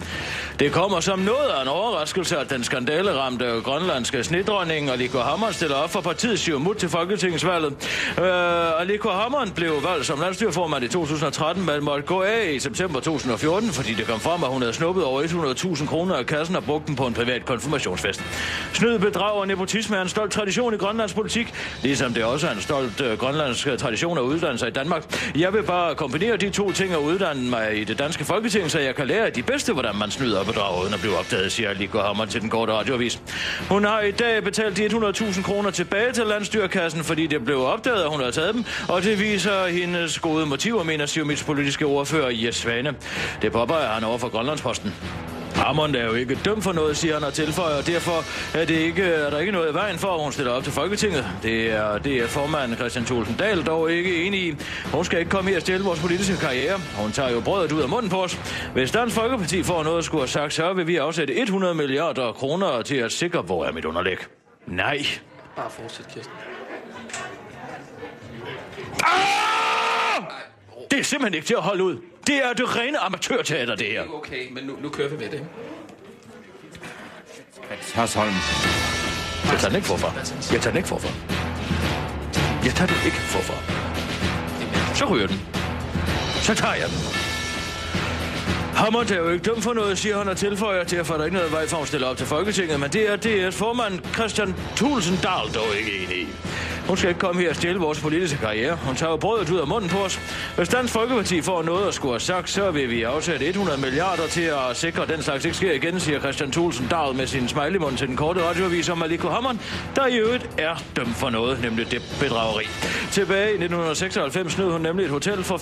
Speaker 4: Det kommer som noget af en overraskelse, at den skandaleramte grønlandske snedronning Ali Hammond stiller op for partiet Siumut til Folketingsvalget. Uh, Ali Hammond blev valgt som landstyrformand i 2013, men måtte gå af i september 2014, fordi det kom frem, at hun havde snuppet over 100.000 kroner af kassen og brugt dem på en privat konfirmationsfest. Snyd, bedrag og nepotisme er en stolt tradition i Grønlands politik, ligesom det også er en stolt øh, grønlandsk tradition at uddanne sig i Danmark. Jeg vil bare kombinere de to ting og uddanne mig i det danske folketing, så jeg kan lære af de bedste, hvordan man snyder og bedrager uden at blive opdaget, siger Liggo Hammer til den korte radioavis. Hun har i dag betalt de 100.000 kroner tilbage til landstyrkassen, fordi det blev opdaget, at hun havde taget dem, og det viser hendes gode motiver, mener Siumits politiske ordfører Jes Svane. Det påpeger han over for Grønlandsposten. Hammond er jo ikke dømt for noget, siger han og tilføjer, og derfor er, det ikke, er der ikke noget i vejen for, at hun stiller op til Folketinget. Det er, det er formanden Christian Thulsen Dahl dog ikke enig i. Hun skal ikke komme her og stjæle vores politiske karriere. Hun tager jo brødet ud af munden på os. Hvis Dansk Folkeparti får noget at skulle have sagt, så vil vi afsætte 100 milliarder kroner til at sikre, hvor er mit underlæg. Nej.
Speaker 5: Bare fortsæt, Kirsten.
Speaker 4: Det er simpelthen ikke til at holde ud. Det er det rene amatørteater, det her.
Speaker 5: Okay, men nu, nu kører vi med det.
Speaker 2: Hasholm.
Speaker 4: Jeg tager den ikke forfra. Jeg tager den ikke forfra. Jeg tager den ikke forfra. Så ryger den. Så tager jeg den. Hammond er jo ikke dømt for noget, siger han og tilføjer. Derfor er der ikke noget vej for, at hun stiller op til Folketinget. Men det er DR's formand Christian Thulsen Dahl dog ikke enig i. Hun skal ikke komme her og stjæle vores politiske karriere. Hun tager jo brødet ud af munden på os. Hvis Dansk Folkeparti får noget at skulle have sagt, så vil vi afsætte 100 milliarder til at sikre, at den slags ikke sker igen, siger Christian Thulsen Dahl med sin smileymund til den korte radioavis om Maliko Hammond, der i øvrigt er dømt for noget, nemlig det bedrageri. Tilbage i 1996 snød hun nemlig et hotel for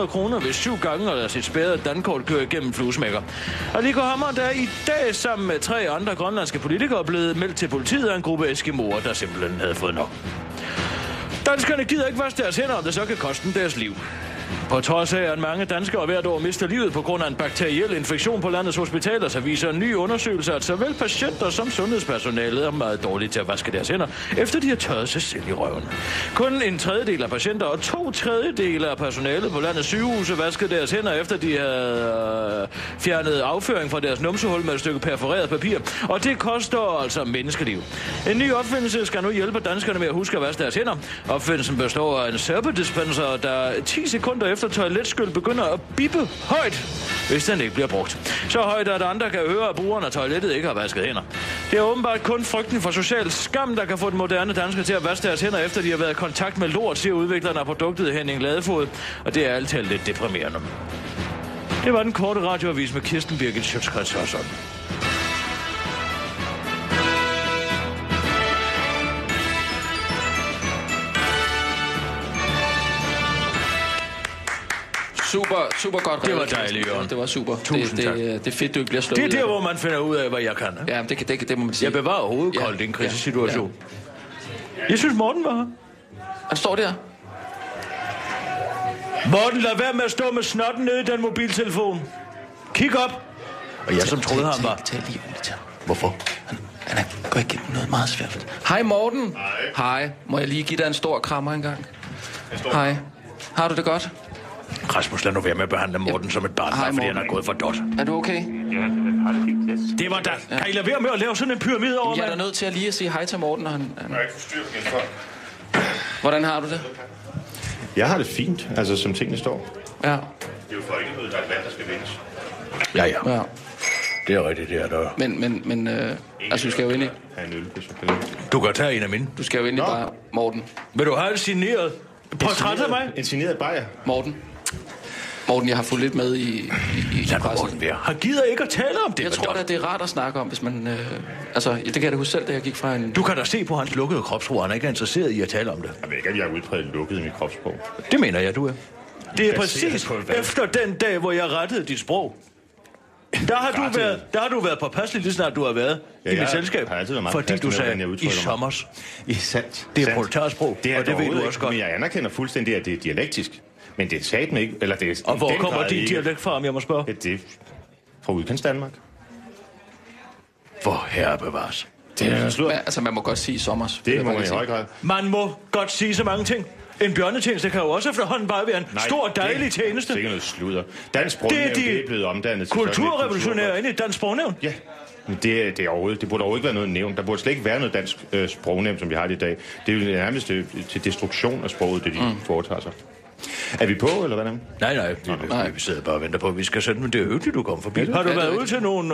Speaker 4: 5.100 kroner ved syv gange og lader sit spærrede dankort køre igennem fluesmækker. Og Liko Hammer, der er i dag sammen med tre andre grønlandske politikere blevet meldt til politiet af en gruppe eskimoer, der simpelthen havde fået nok. Danskerne gider ikke vaske deres hænder, om det så kan koste dem deres liv. På trods af, at mange danskere hvert år mister livet på grund af en bakteriel infektion på landets hospitaler, så viser en ny undersøgelse, at såvel patienter som sundhedspersonale er meget dårlige til at vaske deres hænder, efter de har tørret sig selv i røven. Kun en tredjedel af patienter og to tredjedele af personalet på landets sygehuse vaskede deres hænder, efter de havde øh, fjernet afføring fra deres numsehul med et stykke perforeret papir. Og det koster altså menneskeliv. En ny opfindelse skal nu hjælpe danskerne med at huske at vaske deres hænder. Opfindelsen består af en sæbedispenser, der 10 sekunder efter toiletskyld begynder at bippe højt, hvis den ikke bliver brugt. Så højt, at andre kan høre, at brugeren af toilettet ikke har vasket hænder. Det er åbenbart kun frygten for social skam, der kan få den moderne dansker til at vaske deres hænder, efter de har været i kontakt med lort, siger udvikleren af produktet Henning Ladefod. Og det er alt talt lidt deprimerende. Det var den korte radioavis med Kirsten Birgit Sjøtskrets og sådan.
Speaker 5: Super, super godt.
Speaker 4: Det var
Speaker 5: reddet, Kirsten.
Speaker 4: dejligt, Jørgen.
Speaker 5: Det var super.
Speaker 4: Tusind
Speaker 5: det,
Speaker 4: tak.
Speaker 5: det, det er fedt, du ikke bliver slået
Speaker 4: Det er
Speaker 5: ud af
Speaker 4: der, hvor man finder ud af, hvad jeg kan. ikke?
Speaker 5: Ja, det, kan- det, kan- det må man sige.
Speaker 4: Jeg bevarer hovedet koldt i en krisesituation. Jeg synes, Morten var her.
Speaker 5: Han står der.
Speaker 4: Morten, lad være med at stå med snotten nede i den mobiltelefon. Kig op. Og jeg som troede, han var...
Speaker 5: Tag lige roligt til ham.
Speaker 4: Hvorfor?
Speaker 5: Han, han er, går igennem noget meget svært. Hej Morten. Hej. Hej. Må jeg lige give dig en stor krammer engang? Hej. Har du det godt?
Speaker 4: Rasmus, lad nu være med at behandle Morten som et barn,
Speaker 5: Hej,
Speaker 4: bare fordi han
Speaker 5: Morten.
Speaker 4: er gået for dot.
Speaker 5: Er du okay?
Speaker 4: Det var da... Kan I lade være med at lave sådan en pyramide over,
Speaker 5: Jeg er da
Speaker 4: mand?
Speaker 5: nødt til at lige at sige hej til Morten. Og han, han,
Speaker 6: Jeg ikke forstyrre min folk.
Speaker 5: hvordan har du det?
Speaker 6: Jeg har det fint, altså som tingene står.
Speaker 5: Ja.
Speaker 6: Det er jo folkemødet, der er et valg, der skal vindes.
Speaker 4: Ja, ja.
Speaker 5: ja.
Speaker 4: Det er rigtigt, det er der.
Speaker 5: Men, men, men øh, altså, du skal jo ind i,
Speaker 6: Ha' en øl, hvis jeg kan.
Speaker 4: Du kan tage en af mine.
Speaker 5: du skal jo ind i bare, Morten.
Speaker 4: Vil du have en signeret portræt af mig?
Speaker 6: En signeret bajer.
Speaker 5: Morten. Morten, jeg har fulgt lidt med i, i, i
Speaker 4: Lad nu
Speaker 5: pressen.
Speaker 4: Morten være. Han gider ikke at tale om det.
Speaker 5: Jeg
Speaker 4: med
Speaker 5: tror da,
Speaker 4: dot.
Speaker 5: det er rart at snakke om, hvis man... Øh, altså, det kan jeg da huske selv, da jeg gik fra en...
Speaker 4: Du kan da se på hans lukkede kropsro, han er ikke interesseret i at tale om det.
Speaker 6: Jeg ved ikke, om jeg er udpræget lukket i mit kropssprog.
Speaker 4: Det mener jeg, du er. Det er
Speaker 6: Baseret
Speaker 4: præcis
Speaker 6: på hvad?
Speaker 4: efter den dag, hvor jeg rettede dit sprog. Der har, du
Speaker 6: Rettede?
Speaker 4: været, der har du været påpasselig, lige snart du har været ja,
Speaker 6: Ja,
Speaker 4: i
Speaker 6: jeg
Speaker 4: mit selskab.
Speaker 6: har altid været meget
Speaker 4: fordi
Speaker 6: påpasselig
Speaker 4: du
Speaker 6: med, hvordan
Speaker 4: sagde,
Speaker 6: jeg
Speaker 4: i
Speaker 6: udtrykker mig."
Speaker 4: sommers.
Speaker 6: I sandt.
Speaker 4: Det er
Speaker 6: Sandt.
Speaker 4: proletærsprog,
Speaker 6: Det er
Speaker 4: og det ved du
Speaker 6: overhovedet
Speaker 4: også
Speaker 6: ikke,
Speaker 4: godt.
Speaker 6: Men jeg anerkender fuldstændig, at det er dialektisk. Men det er sat med ikke, eller det er
Speaker 4: Og
Speaker 6: i
Speaker 4: hvor
Speaker 6: den
Speaker 4: kommer
Speaker 6: grad
Speaker 4: din
Speaker 6: ikke-
Speaker 4: dialekt fra, om jeg må spørge?
Speaker 6: Ja, det er fra udkants Danmark.
Speaker 4: Hvor herre bevares.
Speaker 6: Det er sludder.
Speaker 5: Men, altså, man må godt sige sommer.
Speaker 6: Det må man i høj grad.
Speaker 4: Man må godt sige så mange ting. En bjørnetjeneste kan jo også efterhånden bare være en Nej, stor, dejlig
Speaker 6: det,
Speaker 4: tjeneste.
Speaker 6: Det er ikke noget sludder. Dansk
Speaker 4: Det
Speaker 6: sprognævn,
Speaker 4: er
Speaker 6: det,
Speaker 4: de
Speaker 6: det er blevet omdannet til
Speaker 4: Kulturrevolutionærer
Speaker 6: sådan
Speaker 4: inde i Dansk Sprognævn.
Speaker 6: et kultur- Ja, men det, det, er overhovedet, det burde overhovedet ikke være noget nævnt. Der burde slet ikke være noget dansk øh, sprognævn, som vi har det i dag. Det er jo nærmest øh, til destruktion af sproget, det de mm. foretager sig. Er vi på, eller hvad er det?
Speaker 4: Nej, nej, det, nej. Vi sidder bare og venter på, at vi skal sende dem. Det er hyggeligt, du kom forbi. Har du
Speaker 5: Ja, det er
Speaker 4: været ude
Speaker 5: rigtigt.
Speaker 4: til nogen...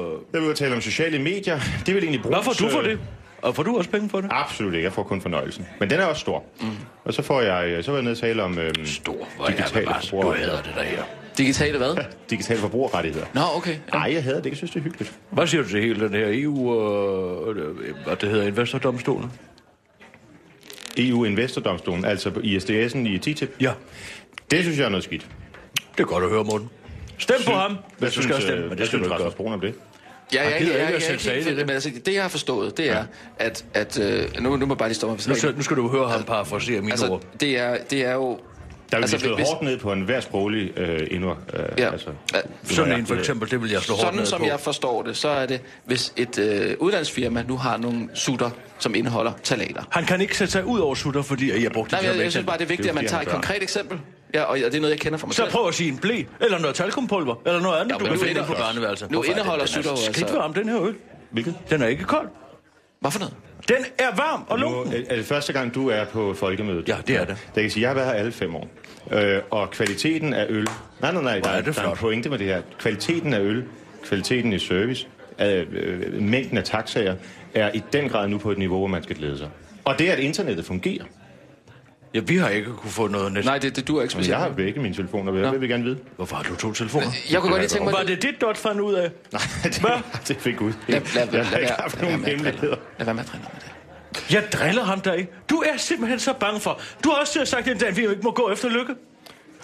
Speaker 4: Øh...
Speaker 6: Jeg vil jo tale om sociale medier. Det vil egentlig bruges...
Speaker 4: Hvad får du for
Speaker 6: øh,
Speaker 4: det? Og får du også penge for det?
Speaker 6: Absolut ikke. Jeg får kun fornøjelsen. Men den er også stor. Mm. Og så får jeg, øh, så var jeg nede og tale om øhm,
Speaker 4: Stor, hvor
Speaker 6: Digitale
Speaker 4: er det Du
Speaker 6: forbrugere.
Speaker 4: hader det der her.
Speaker 5: Digitale hvad?
Speaker 6: digitale forbrugerrettigheder.
Speaker 5: Nå, okay. Ja.
Speaker 6: Nej, jeg hader det. Jeg synes, det er hyggeligt.
Speaker 4: Hvad siger du til hele den her E EU... Øh, hvad det hedder investordomstolen?
Speaker 6: EU-investordomstolen, E altså på ISDS'en i TTIP.
Speaker 4: Ja,
Speaker 6: Det synes jeg er noget skidt.
Speaker 4: det er godt at høre, Morten. Stem på ham,
Speaker 6: Hvad
Speaker 4: hvis du
Speaker 6: synes,
Speaker 4: skal stemme.
Speaker 6: øh,
Speaker 4: Men
Speaker 6: hvad
Speaker 4: det skal
Speaker 6: synes
Speaker 4: du ikke gøre.
Speaker 6: Rasmus Brun om det?
Speaker 5: Ja,
Speaker 4: Han
Speaker 5: ja,
Speaker 4: gider
Speaker 5: ja,
Speaker 4: ikke
Speaker 5: ja,
Speaker 4: at sætte sig
Speaker 5: ja,
Speaker 4: ind i det.
Speaker 5: Men altså, det, jeg har forstået, det er, ja. at... at øh, nu, nu må jeg bare lige stoppe mig.
Speaker 4: Nu skal, nu skal du høre ham parafrasere mine
Speaker 5: Altså,
Speaker 4: ord.
Speaker 5: det er, det er jo...
Speaker 6: Der vil altså,
Speaker 5: altså,
Speaker 6: blive slået
Speaker 5: hvis-
Speaker 6: hårdt ned på en hver sproglig øh, indre. Øh,
Speaker 5: Ja. Ja.
Speaker 4: Sådan en for eksempel, det vil jeg slå hårdt
Speaker 5: Sådan
Speaker 4: ned
Speaker 5: som
Speaker 4: på.
Speaker 5: jeg forstår det, så er det, hvis et øh, udlandsfirma nu har nogle sutter, som indeholder talater.
Speaker 4: Han kan ikke sætte sig ud over sutter, fordi jeg brugte
Speaker 5: Nej,
Speaker 4: det
Speaker 5: men jeg, jeg synes bare, det er vigtigt, at man
Speaker 6: fordi,
Speaker 5: tager
Speaker 6: han
Speaker 5: et
Speaker 6: gør.
Speaker 5: konkret eksempel. Ja, og, og det er noget, jeg kender fra mig
Speaker 4: Så
Speaker 5: selv.
Speaker 4: prøv at sige en blæ, eller noget talkumpulver, eller noget andet, du
Speaker 5: Ja, men
Speaker 4: kan
Speaker 5: nu
Speaker 4: finde
Speaker 5: indeholder-
Speaker 4: på børneværelset.
Speaker 5: nu indeholder sutter jo
Speaker 4: altså...
Speaker 5: altså-
Speaker 4: Skidt varm, den her øl.
Speaker 6: Hvilket?
Speaker 4: Den er ikke kold.
Speaker 5: Hvad for noget?
Speaker 4: Den er varm og
Speaker 6: Nu øh,
Speaker 4: lunken.
Speaker 6: er- er det første gang, du er på folkemødet.
Speaker 4: Ja, det er det.
Speaker 6: Jeg kan sige, jeg har været her alle fem år. Øh, og kvaliteten af øl... Nej, nej, nej, der,
Speaker 4: er
Speaker 6: er,
Speaker 4: det
Speaker 6: der er en
Speaker 4: flot.
Speaker 6: pointe med det her. Kvaliteten af øl, kvaliteten i service, øh, øh, mængden af taxaer, er i den grad nu på et niveau, hvor man skal glæde sig. Og det, at internettet fungerer.
Speaker 4: Ja, vi har ikke kunne få noget næsten.
Speaker 5: Nej, det, det dur ikke
Speaker 6: Jeg
Speaker 5: specielt.
Speaker 6: har begge mine telefoner, hvad vil vi gerne vide?
Speaker 4: Hvorfor har du to telefoner?
Speaker 5: Øh, Jeg kunne godt lige tænke mig...
Speaker 4: Var det dit, Dot fandt ud af?
Speaker 6: Nej, det,
Speaker 4: Hvad?
Speaker 6: det fik ud.
Speaker 5: Lad, lad, lad,
Speaker 6: jeg har
Speaker 5: lad,
Speaker 6: ikke
Speaker 5: være-
Speaker 6: haft
Speaker 5: lad, være
Speaker 6: nogen
Speaker 5: med at drille ham.
Speaker 6: hemmeligheder.
Speaker 5: lad være med at drille ham med det.
Speaker 4: Jeg driller ham der ikke. Du er simpelthen så bange for. Du har også sagt en dag, at vi ikke må gå efter lykke.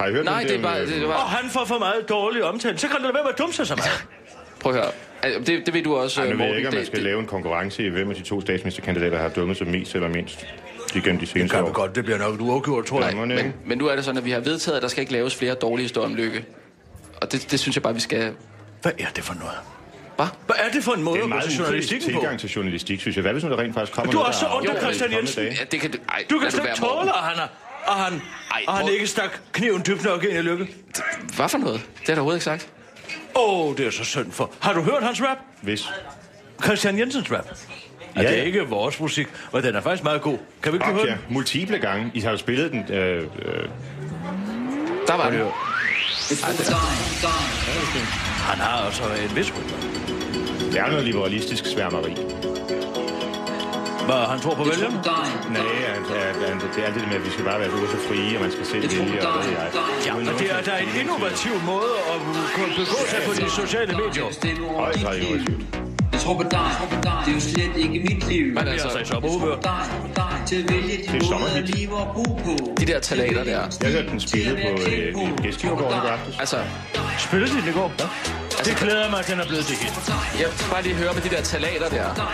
Speaker 6: Har I hørt
Speaker 5: Nej,
Speaker 6: om
Speaker 5: det er bare...
Speaker 6: om, øh,
Speaker 5: Det er
Speaker 4: Og
Speaker 5: bare
Speaker 4: han får for meget dårlig omtale. Så kan du lade være med at dumme sig så meget.
Speaker 5: prøv at høre. Altså, Det, det ved du også,
Speaker 6: Nu
Speaker 5: Morten.
Speaker 6: ved jeg ikke, om man
Speaker 5: det,
Speaker 6: skal
Speaker 5: det,
Speaker 6: lave en konkurrence i, hvem af de to statsministerkandidater har dømmet sig mest eller mindst igennem de
Speaker 4: Det
Speaker 6: seneste
Speaker 4: kan vi
Speaker 6: år.
Speaker 4: godt. Det bliver nok du afgjort, tror jeg.
Speaker 6: Nej,
Speaker 5: Men, men nu er det sådan, at vi har vedtaget, at der skal ikke laves flere dårlige historier om lykke. Og det, det synes jeg bare, vi skal...
Speaker 4: Hvad er det for noget?
Speaker 5: Hvad?
Speaker 4: Hvad er det for en måde
Speaker 6: Det er
Speaker 4: at
Speaker 6: en
Speaker 4: gå
Speaker 6: meget
Speaker 4: til
Speaker 6: ukritisk
Speaker 4: journalistikken på?
Speaker 6: tilgang til journalistik, synes jeg. Hvad hvis nu der rent faktisk kommer
Speaker 4: Du er
Speaker 6: noget,
Speaker 4: også
Speaker 6: der
Speaker 4: så ondt af
Speaker 6: afgør
Speaker 4: Christian
Speaker 6: de kommende
Speaker 4: Jensen.
Speaker 6: dage?
Speaker 5: Ja, det kan, ej,
Speaker 4: Du
Speaker 5: lad
Speaker 4: kan slet ikke
Speaker 5: være,
Speaker 4: tåle,
Speaker 5: Morten.
Speaker 4: at han, er, og han,
Speaker 5: Ej,
Speaker 4: og han
Speaker 5: Morten.
Speaker 4: ikke stak kniven dybt nok ind i lykke.
Speaker 5: Hvad for noget? Det har du overhovedet ikke sagt.
Speaker 4: Åh, oh, det er så synd for. Har du hørt hans rap?
Speaker 6: Hvis.
Speaker 4: Christian Jensens rap. Ja,
Speaker 6: Ja,
Speaker 4: det er
Speaker 6: ja.
Speaker 4: ikke vores musik, men den er faktisk meget god. Kan vi ikke høre
Speaker 6: Okay,
Speaker 4: den?
Speaker 6: multiple gange. I har jo spillet den. Øh, øh,
Speaker 5: Der var det.
Speaker 4: Altså- Han har altså en vis rytme.
Speaker 6: det er noget liberalistisk sværmeri.
Speaker 4: Hvad han tror på vælgerne?
Speaker 6: Nej, altså, at- at- det er alt det der med, at vi skal bare være ude så frie, og man skal selv vælge, og hvad ved jeg.
Speaker 4: Ja, men det er da en innovativ måde at kunne begå sig på de sociale medier.
Speaker 6: Højt har I jo et sygt.
Speaker 7: Jeg tror på dig. Det er jo slet ikke mit liv.
Speaker 5: Men
Speaker 7: Jeg
Speaker 4: Det er altså i
Speaker 5: altså,
Speaker 7: tror
Speaker 4: sommerhumør.
Speaker 7: på dig. dig. Til at vælge
Speaker 6: er
Speaker 7: din måde at
Speaker 6: sommerhit.
Speaker 7: leve og bo på.
Speaker 5: De der talater der.
Speaker 6: Jeg hørte den spillet på øh, i Eskildegården i går aftes.
Speaker 5: altså
Speaker 4: Spillede de den i går? Ja. Det glæder mig, at den er blevet det hit.
Speaker 5: Jeg vil bare lige høre med de der talater der.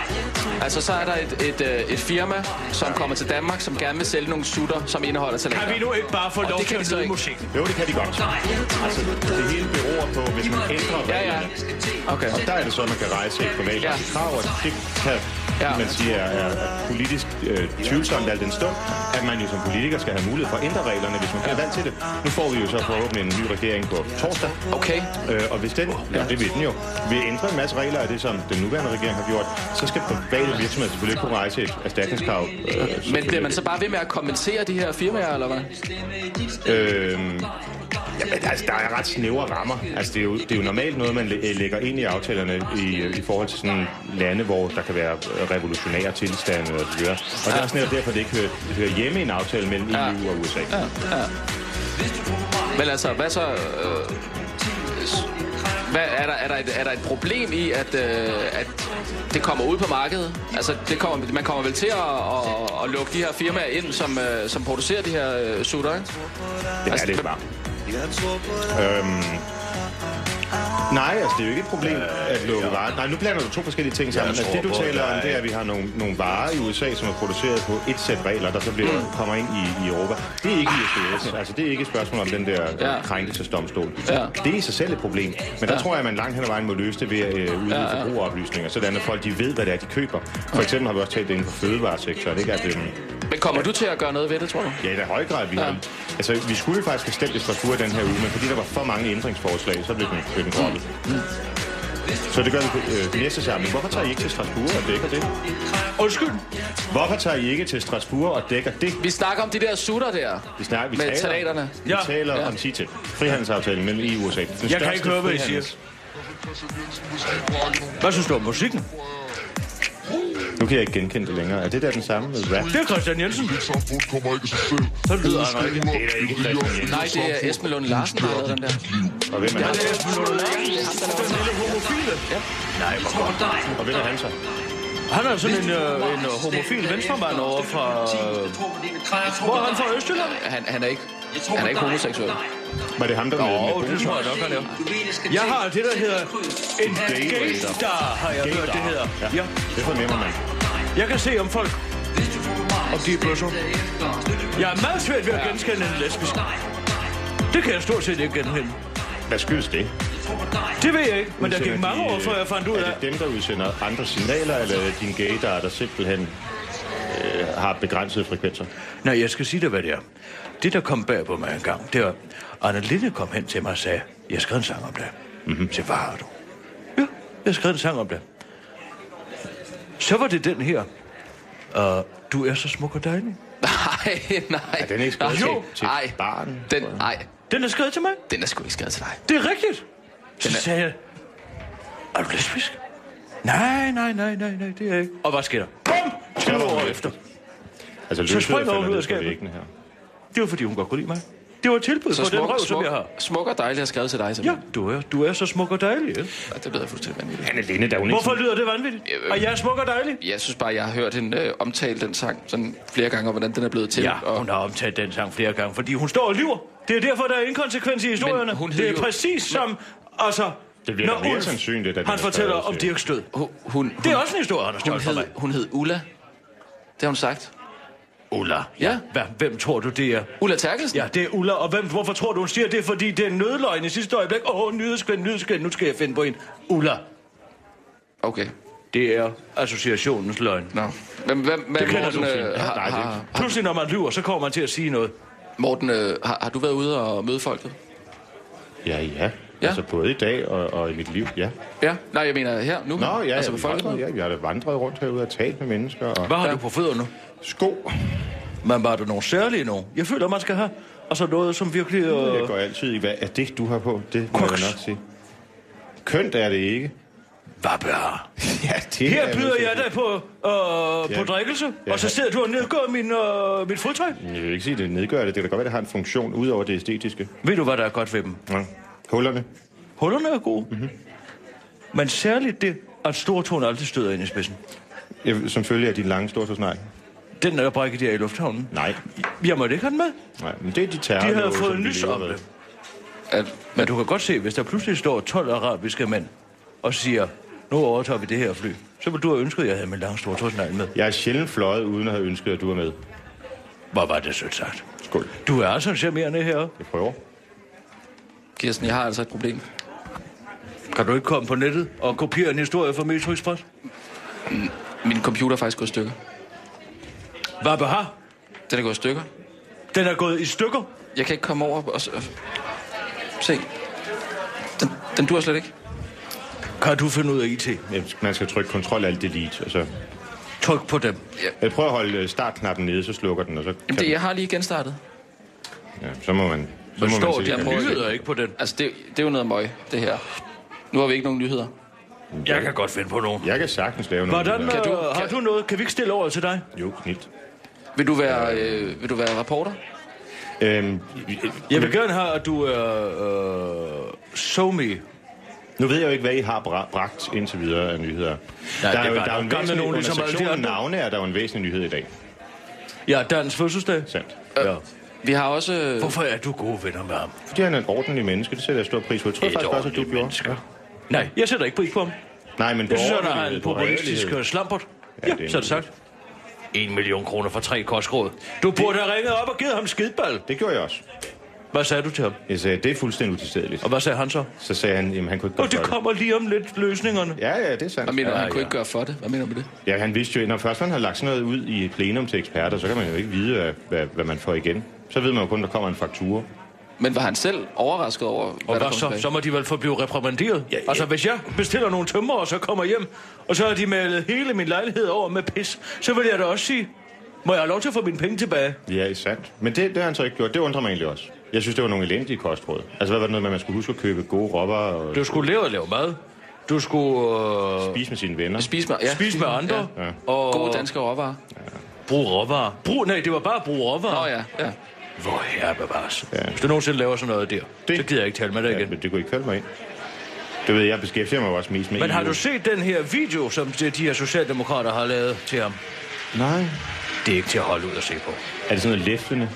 Speaker 5: Altså, så er der et, et, øh, et firma, som kommer til Danmark, som gerne vil sælge nogle sutter, som indeholder talater.
Speaker 4: Kan vi nu ikke bare få lov til
Speaker 5: det kan de
Speaker 4: at
Speaker 5: så
Speaker 4: nyde
Speaker 5: ikke.
Speaker 4: musik?
Speaker 6: Jo, det kan de godt. Altså, det hele beror på, hvis man ændrer
Speaker 5: Ja, ja.
Speaker 6: reglerne.
Speaker 5: Okay.
Speaker 6: Og der er det så, at man kan rejse et privat
Speaker 5: Ja.
Speaker 6: ja. krav, og det kan
Speaker 5: Ja.
Speaker 6: ja. man sige er, er politisk øh, tvivlsomt al den stund, at man jo som politiker skal have mulighed for at ændre reglerne, hvis man bliver vant til det. Nu får vi jo så forhåbentlig en ny regering på torsdag,
Speaker 5: Okay.
Speaker 6: øh, og hvis den, ja. det vil den jo, vil ændre en masse regler af det, som den nuværende regering har gjort, så skal private virksomheder selvfølgelig ikke kunne rejse et erstatningskrav. Øh,
Speaker 5: Men bliver man så bare ved med at kompensere de her firmaer, eller hvad?
Speaker 6: Øhm, jamen, altså, der er ret snævre rammer. Altså, det, er jo, det er jo normalt noget, man læ- lægger ind i aftalerne i, i forhold til sådan lande, hvor der kan være øh, revolutionære tilstande og så videre. Og det er også netop derfor, det ikke hører, hører hjemme i en aftale mellem
Speaker 5: Ja.
Speaker 6: EU og USA.
Speaker 5: Men altså, hvad så... Øh, s- hvad, er, der, er, der et, er der et problem i, at, øh, at det kommer ud på markedet? Altså, det kommer, man kommer vel til at, at, at lukke de her firmaer ind, som, øh, som producerer de her øh, sutter, ikke?
Speaker 6: Det er
Speaker 5: Altså,
Speaker 6: det
Speaker 5: hvem-
Speaker 6: bare. Øhm, nej, altså det er jo ikke et problem at lukke varer. Nej, nu blander du to forskellige ting sammen. Altså, det du taler om, det er, at vi har nogle, nogle varer i USA, som er produceret på et sæt regler, der så bliver, kommer ind i, i Europa. Det er ikke ISDS. Altså det er ikke et spørgsmål om den der
Speaker 5: Ja.
Speaker 6: ja. krænkelsesdomstol.
Speaker 5: Ja.
Speaker 6: Det er i sig selv et problem. Men der tror jeg, at man langt hen ad vejen må løse det ved at øh, udvide
Speaker 5: Ja, ja.
Speaker 6: forbrugeroplysninger, sådan at folk de ved, hvad det er, de køber. For eksempel har vi også talt det inden for fødevaresektoren, ikke? At, øhm,
Speaker 5: Men kommer du til at gøre noget ved det, tror du?
Speaker 6: Ja, i da høj grad. Vi, ja. altså, vi skulle jo faktisk have stemt et Strasbourg den her uge, men fordi der var for mange ændringsforslag, så blev den, blev den droppet. Så det gør vi på øh, næste samling. Hvorfor tager I ikke til Strasbourg og dækker det?
Speaker 4: Undskyld.
Speaker 6: Hvorfor tager I ikke til Strasbourg og dækker det?
Speaker 5: Vi snakker om de der sutter der.
Speaker 6: Vi snakker, vi
Speaker 5: Med
Speaker 6: taler,
Speaker 5: talaterne.
Speaker 6: Vi
Speaker 4: Ja.
Speaker 6: taler
Speaker 5: Ja.
Speaker 6: om TTIP, frihandelsaftalen mellem EU og USA. Den
Speaker 4: Jeg kan
Speaker 6: største
Speaker 4: ikke høre, hvad I siger.
Speaker 6: frihandels-
Speaker 4: Hvad synes du om musikken?
Speaker 6: Nu kan jeg ikke genkende det længere. Er det der den samme med rap?
Speaker 4: Det er Christian Jensen.
Speaker 8: samfund kommer ikke af sig selv.
Speaker 4: Så lyder han rigtig.
Speaker 8: Det er ikke rigtigt.
Speaker 5: Nej, det er Esben Lunde Larsen, der har lavet den der.
Speaker 6: Og hvem er han? Og hvem er han så?
Speaker 4: Han er sådan en, øh, en øh, homofil venstremand over fra... Hvor er han fra Østjylland?
Speaker 5: Han, han er ikke, han er ikke homoseksuel.
Speaker 6: Var det ham, der med,
Speaker 4: Åh,
Speaker 6: med
Speaker 4: det tror jeg nok, han er. Jeg har det, der hedder en gaydar, har jeg hørt, det hedder. Ja.
Speaker 6: Det fornemmer man.
Speaker 4: Jeg kan se om folk... Om de er bøsser. Jeg er meget svært ved at genskænde en lesbisk. Det kan jeg stort set ikke genkende.
Speaker 6: Hvad skyldes det?
Speaker 4: Det ved jeg ikke, men der gik
Speaker 6: Udsender
Speaker 4: mange
Speaker 6: de,
Speaker 4: år, før jeg fandt ud
Speaker 6: Er
Speaker 4: af...
Speaker 6: det dem, der udsender andre signaler, eller er det din gaydar, der simpelthen øh, har begrænsede frekvenser?
Speaker 4: Nej, jeg skal sige dig, hvad det er. Det, der kom bag på mig en gang, det var, Anna Linde kom hen til mig og sagde, jeg skrev en sang om det.
Speaker 5: Mhm.
Speaker 4: Mm-hmm. Så hvad har du? Ja, jeg skrev en sang om det. Så var det den her. Uh, du er så smuk og dejlig.
Speaker 5: Nej, nej. Er
Speaker 6: den ikke skrevet til- til
Speaker 5: nej.
Speaker 6: barnet,
Speaker 5: Den,
Speaker 6: tror jeg?
Speaker 5: nej,
Speaker 4: Den er skrevet til mig.
Speaker 5: den er sgu ikke skrevet til dig.
Speaker 4: Det er rigtigt. Så
Speaker 5: Den er-
Speaker 4: sagde jeg, er du lesbisk? Nej, nej, nej, nej, nej, det er jeg ikke. Og hvad sker der? Bum! 20 år efter.
Speaker 6: Altså,
Speaker 4: Så
Speaker 6: løsheden
Speaker 4: springer hun
Speaker 6: falder
Speaker 4: ud af
Speaker 6: ned på
Speaker 4: skabet.
Speaker 6: væggene her.
Speaker 4: Det var, fordi hun godt kunne lide mig. Det var et tilbud på den røv, som jeg har.
Speaker 5: smuk og dejlig at skrevet til dig,
Speaker 4: Ja,
Speaker 5: simpelthen.
Speaker 4: du er, du er så smuk og dejlig. Ikke?
Speaker 5: Ja. Det lyder fuldstændig vanvittigt.
Speaker 6: Anne Linde, da hun
Speaker 4: Hvorfor lyder det vanvittigt?
Speaker 5: Øh, øh.
Speaker 4: Og jeg er smuk og dejlig.
Speaker 5: Jeg synes bare, jeg har hørt hende øh, omtale den sang sådan flere gange, og hvordan den er blevet til.
Speaker 4: Ja,
Speaker 5: og,
Speaker 4: hun har omtalt den sang flere gange, fordi hun står og lyver. Det er derfor, der er inkonsekvens i historierne.
Speaker 5: hun hed
Speaker 4: det er
Speaker 5: jo-
Speaker 4: præcis som, altså,
Speaker 6: Det bliver da mere
Speaker 4: Ulf,
Speaker 6: sandsynligt, at den
Speaker 4: han
Speaker 6: er skrevet
Speaker 4: fortæller om
Speaker 6: til-
Speaker 4: Dirk Stød.
Speaker 5: hun, hun,
Speaker 4: Det er også en historie, han har
Speaker 5: hun,
Speaker 4: stjålet fra mig.
Speaker 5: hed, hun hed Ulla. Det har hun sagt.
Speaker 4: Ulla.
Speaker 5: Ja.
Speaker 4: Hvad, hvem tror du, det er?
Speaker 5: Ulla Terkelsen?
Speaker 4: Ja, det er Ulla, og hvem, hvorfor tror du, hun siger det? Fordi det er en nødløgn i sidste øjeblik. Åh, oh, nyhedskvind, nyhedskvind, nu skal jeg finde på en. Ulla,
Speaker 5: Okay.
Speaker 4: det er associationens løgn.
Speaker 5: Nå. Hvem, hvem, hvem,
Speaker 4: Det kender
Speaker 5: Morten,
Speaker 4: du, Finn.
Speaker 5: øh,
Speaker 4: Ja,
Speaker 5: har,
Speaker 4: nej,
Speaker 5: har,
Speaker 4: det- Pludselig, når man lyver, så kommer man til at sige noget.
Speaker 5: Morten øh, har, har du været ude og møde folket?
Speaker 6: Ja, ja.
Speaker 5: Ja.
Speaker 6: ja. Altså, både i dag og, og i mit liv, ja.
Speaker 4: Mm.
Speaker 5: Ja. Nej, jeg mener her, nu.
Speaker 6: Nå, ja,
Speaker 5: altså
Speaker 6: altså,
Speaker 5: på
Speaker 6: jeg, vandret,
Speaker 5: folket.
Speaker 6: ja, jeg har da vandret rundt herude og talt med mennesker. Og...
Speaker 4: Hvad har du på fødderne?
Speaker 6: Sko.
Speaker 4: Men var der nogle særlige nogen? Jeg føler, man skal have. Og så noget, som virkelig... Øh...
Speaker 6: Jeg går altid i, hvad er det, du har på? Det må jeg
Speaker 4: Crocs.
Speaker 6: nok sige. Kønt er det ikke.
Speaker 4: Hvad bør?
Speaker 6: Ja, det
Speaker 4: Her
Speaker 6: er
Speaker 4: byder
Speaker 6: nødt til
Speaker 4: jeg
Speaker 6: at sige.
Speaker 4: dig på, øh, på
Speaker 6: Ja.
Speaker 4: drikkelse,
Speaker 6: Ja.
Speaker 4: og så sidder du og nedgør min, øh, mit fodtøj.
Speaker 6: Jeg vil ikke sige, at det nedgør det. Det kan da godt være, at det har en funktion ud over det æstetiske.
Speaker 4: Ved du, hvad der er godt ved dem?
Speaker 6: Ja. Hullerne.
Speaker 4: Hullerne er gode.
Speaker 6: Mhm.
Speaker 4: Mm-hmm. Men særligt det, at stortåen aldrig støder ind i spidsen.
Speaker 6: Jeg, som følge af din lange stortårsnegl.
Speaker 4: Den er brækket der i lufthavnen.
Speaker 6: Nej.
Speaker 4: Jeg måtte ikke have den med.
Speaker 6: Nej, men det er de terror.
Speaker 4: De havde fået nys om det.
Speaker 5: at
Speaker 4: Men du kan godt se, hvis der pludselig står 12 arabiske mænd og siger, nu overtager vi det her fly, så ville du have ønsket, at jeg havde min lange store torsnegl med.
Speaker 6: Jeg er sjældent fløjet, uden at have ønsket, at du er med.
Speaker 4: Hvor var det sødt sagt.
Speaker 6: Skål.
Speaker 4: Du er så charmerende her.
Speaker 6: Jeg prøver.
Speaker 5: Kirsten, jeg har altså et problem.
Speaker 4: Kan du ikke komme på nettet og kopiere en historie fra Metro Express?
Speaker 5: Min computer er faktisk gået i stykker.
Speaker 4: Hvad behar?
Speaker 5: Den er gået i stykker.
Speaker 4: Den er gået i stykker.
Speaker 5: Jeg kan ikke komme over og... s- og se. Den, den dur slet ikke.
Speaker 4: Kan du finde ud af IT?
Speaker 6: Jeg- Man skal trykke kontrol alt delete, og så...
Speaker 4: Tryk på dem.
Speaker 6: Jeg prøver at holde øh, startknappen nede, så slukker den, og så... Kan...
Speaker 5: Jamen, det, jeg har lige genstartet.
Speaker 6: Ja, så må man... Så
Speaker 4: Så
Speaker 6: må
Speaker 4: står
Speaker 6: man se,
Speaker 4: de
Speaker 5: jeg
Speaker 6: at-
Speaker 5: prøver-
Speaker 4: nyheder ikke på den.
Speaker 5: Altså, det, det er jo noget møg, det her. Nu har vi ikke nogen nyheder.
Speaker 4: Jeg kan godt finde på nogen.
Speaker 6: Jeg kan sagtens lave noget.
Speaker 4: Hvordan,
Speaker 5: Kan
Speaker 4: kan
Speaker 5: du-
Speaker 4: du, har
Speaker 5: kan-
Speaker 4: du noget? Kan vi ikke stille over til dig?
Speaker 6: Jo, knidt.
Speaker 5: Vil du være, øh, vil du være reporter?
Speaker 6: Øhm,
Speaker 4: Jeg vil gerne have, at du er øh, SoMe.
Speaker 6: nu ved jeg jo ikke, hvad I har bra- bragt indtil videre af nyheder.
Speaker 4: Nej,
Speaker 6: der er
Speaker 4: det
Speaker 6: jo,
Speaker 4: var
Speaker 6: der er
Speaker 4: nogle
Speaker 6: jo en
Speaker 4: gamle
Speaker 6: væsentlig,
Speaker 4: nogen,
Speaker 6: under
Speaker 4: ligesom alle de
Speaker 6: sektionen
Speaker 4: andre.
Speaker 6: navne er der jo en væsentlig nyhed i dag.
Speaker 4: Ja, dans fødselsdag.
Speaker 6: Sandt.
Speaker 4: Ja.
Speaker 5: Vi har også... Øh,
Speaker 4: Hvorfor er du gode venner med ham?
Speaker 6: Fordi han er et ordentligt menneske, det sætter jeg stor pris på. Jeg tror faktisk også, at du
Speaker 4: ordentligt
Speaker 6: gjorde.
Speaker 4: menneske. Nej, jeg sætter ikke pris på ham.
Speaker 6: Nej, men på
Speaker 4: Jeg synes, han er en
Speaker 6: ordentlighed, på
Speaker 4: populistisk
Speaker 6: redelighed.
Speaker 4: øh, slampert.
Speaker 6: Ja,
Speaker 4: Ja,
Speaker 6: det
Speaker 4: ja
Speaker 6: er en-
Speaker 4: så er det sagt. En million kroner for tre kostråd. Du burde have ringet op og givet ham skidball.
Speaker 6: Det gjorde jeg også.
Speaker 4: Hvad sagde du til ham?
Speaker 6: Jeg sagde, det er fuldstændig utilstedeligt.
Speaker 4: Og hvad sagde han så?
Speaker 6: Så sagde han, jamen han kunne ikke
Speaker 4: Og det
Speaker 6: for
Speaker 4: kommer lige om lidt, løsningerne.
Speaker 6: Ja, ja, det er
Speaker 5: hvad
Speaker 6: sandt.
Speaker 5: mener du,
Speaker 4: Ja,
Speaker 5: han kunne
Speaker 4: ja.
Speaker 5: ikke gøre for det? Hvad mener du med det?
Speaker 6: Ja, han vidste jo, når først man har lagt sådan noget ud i plenum til eksperter, så kan man jo ikke vide, hvad, hvad, hvad man får igen. Så ved man jo kun, der kommer en faktura.
Speaker 5: Men var han selv overrasket over, hvad
Speaker 4: Og
Speaker 5: der
Speaker 4: hvad
Speaker 5: kom
Speaker 4: så?
Speaker 5: tilbage?
Speaker 4: Så må de vel få blive reprimanderet. Ja, ja.
Speaker 6: Ja, ja.
Speaker 4: Altså, hvis jeg bestiller nogle tømmer, og så kommer hjem, og så har de malet hele min lejlighed over med pis, så vil jeg da også sige, må jeg have lov til at få mine penge tilbage?
Speaker 6: Ja, det er sandt. Men det, det har han så ikke gjort. Det undrer mig egentlig også. Jeg synes, det var nogle elendige kostråd. Altså, hvad var det noget med, at man skulle huske at købe gode ropper og
Speaker 4: Du skulle leve og lave mad. Du skulle øh,
Speaker 6: spise med sine venner?
Speaker 5: Spis med, ja,
Speaker 4: spise med andre.
Speaker 5: Ja.
Speaker 4: Ja.
Speaker 5: Og...
Speaker 4: Og
Speaker 5: Gode danske råvarer.
Speaker 4: bruge råvarer. Brug, nej, det var bare bruge råvarer.
Speaker 5: Nå ja, ja.
Speaker 4: Hvor herre bevares.
Speaker 6: Ja.
Speaker 4: Ja. Hvis du nogensinde laver sådan noget der, det.
Speaker 6: Det-
Speaker 4: så gider jeg ikke tale med dig
Speaker 6: Ja,
Speaker 4: igen.
Speaker 6: men det kunne ikke falde mig ind. Det ved jeg, jeg beskæftiger mig jo også mest med. E
Speaker 4: Men har
Speaker 6: EU.
Speaker 4: du set den her video, som de de her socialdemokrater har lavet til ham?
Speaker 6: Nej.
Speaker 4: Det er ikke til at holde ud og se på.
Speaker 6: Er det sådan noget læftende?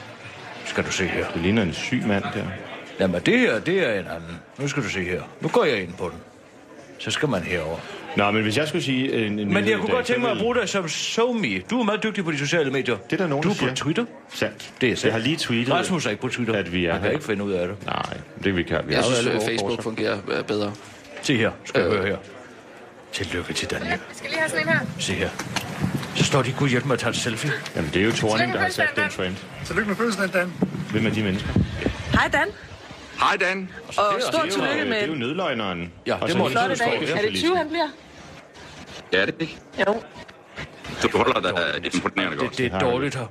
Speaker 4: Skal du se her.
Speaker 6: Det ligner en syg mand der.
Speaker 4: Jamen, det her, det er en anden. Nu skal du se her. Nu går jeg ind på den. Så skal man herover.
Speaker 6: Nå, men hvis jeg skulle sige... En, en
Speaker 4: Men
Speaker 6: nyhed i
Speaker 4: jeg kunne
Speaker 6: dag,
Speaker 4: godt
Speaker 6: så
Speaker 4: tænke mig at
Speaker 6: ville-
Speaker 4: bruge dig som SoMe. Du er meget dygtig på de sociale medier.
Speaker 6: Det er der nogen,
Speaker 4: Du
Speaker 6: der
Speaker 4: er
Speaker 6: siger.
Speaker 4: på Twitter.
Speaker 6: Sandt.
Speaker 4: Det er sandt.
Speaker 6: Jeg har lige tweetet...
Speaker 4: Rasmus er ikke på Twitter.
Speaker 6: At vi er
Speaker 4: Han kan
Speaker 6: her.
Speaker 4: ikke finde ud af det.
Speaker 6: Nej, det kan vi ikke. Vi
Speaker 5: Jeg
Speaker 6: har jo
Speaker 5: synes,
Speaker 6: alle
Speaker 5: øh,
Speaker 6: vores
Speaker 5: Facebook fungerer øh, bedre.
Speaker 4: Se her. Skal jeg
Speaker 5: Øh.
Speaker 4: høre her. Tillykke til Daniel.
Speaker 9: Jeg skal lige have sådan en her.
Speaker 4: Se her. Så står de kunne hjælpe med at tage en selfie.
Speaker 6: årsager. Jamen, det er jo Thorning, der har sat den
Speaker 9: Tillykke
Speaker 6: trend.
Speaker 10: Tillykke med fødselsdagen, Dan.
Speaker 6: Hvem er de mennesker?
Speaker 9: Hej Dan,
Speaker 8: Hej Dan.
Speaker 9: og stort
Speaker 6: Det er jo,
Speaker 9: tillykke
Speaker 6: øh,
Speaker 9: med
Speaker 6: Det er jo nødløgneren.
Speaker 4: Ja,
Speaker 6: Og
Speaker 4: det
Speaker 6: så
Speaker 4: må
Speaker 6: hende,
Speaker 4: den
Speaker 9: flotte
Speaker 6: der står
Speaker 9: dag.
Speaker 6: der
Speaker 9: Er
Speaker 6: på
Speaker 9: det
Speaker 6: listen.
Speaker 9: 20, han bliver?
Speaker 8: Ja, det er ikke.
Speaker 9: Jo.
Speaker 8: Du holder dig øh, imponerende godt.
Speaker 4: Det, det er dårligt her.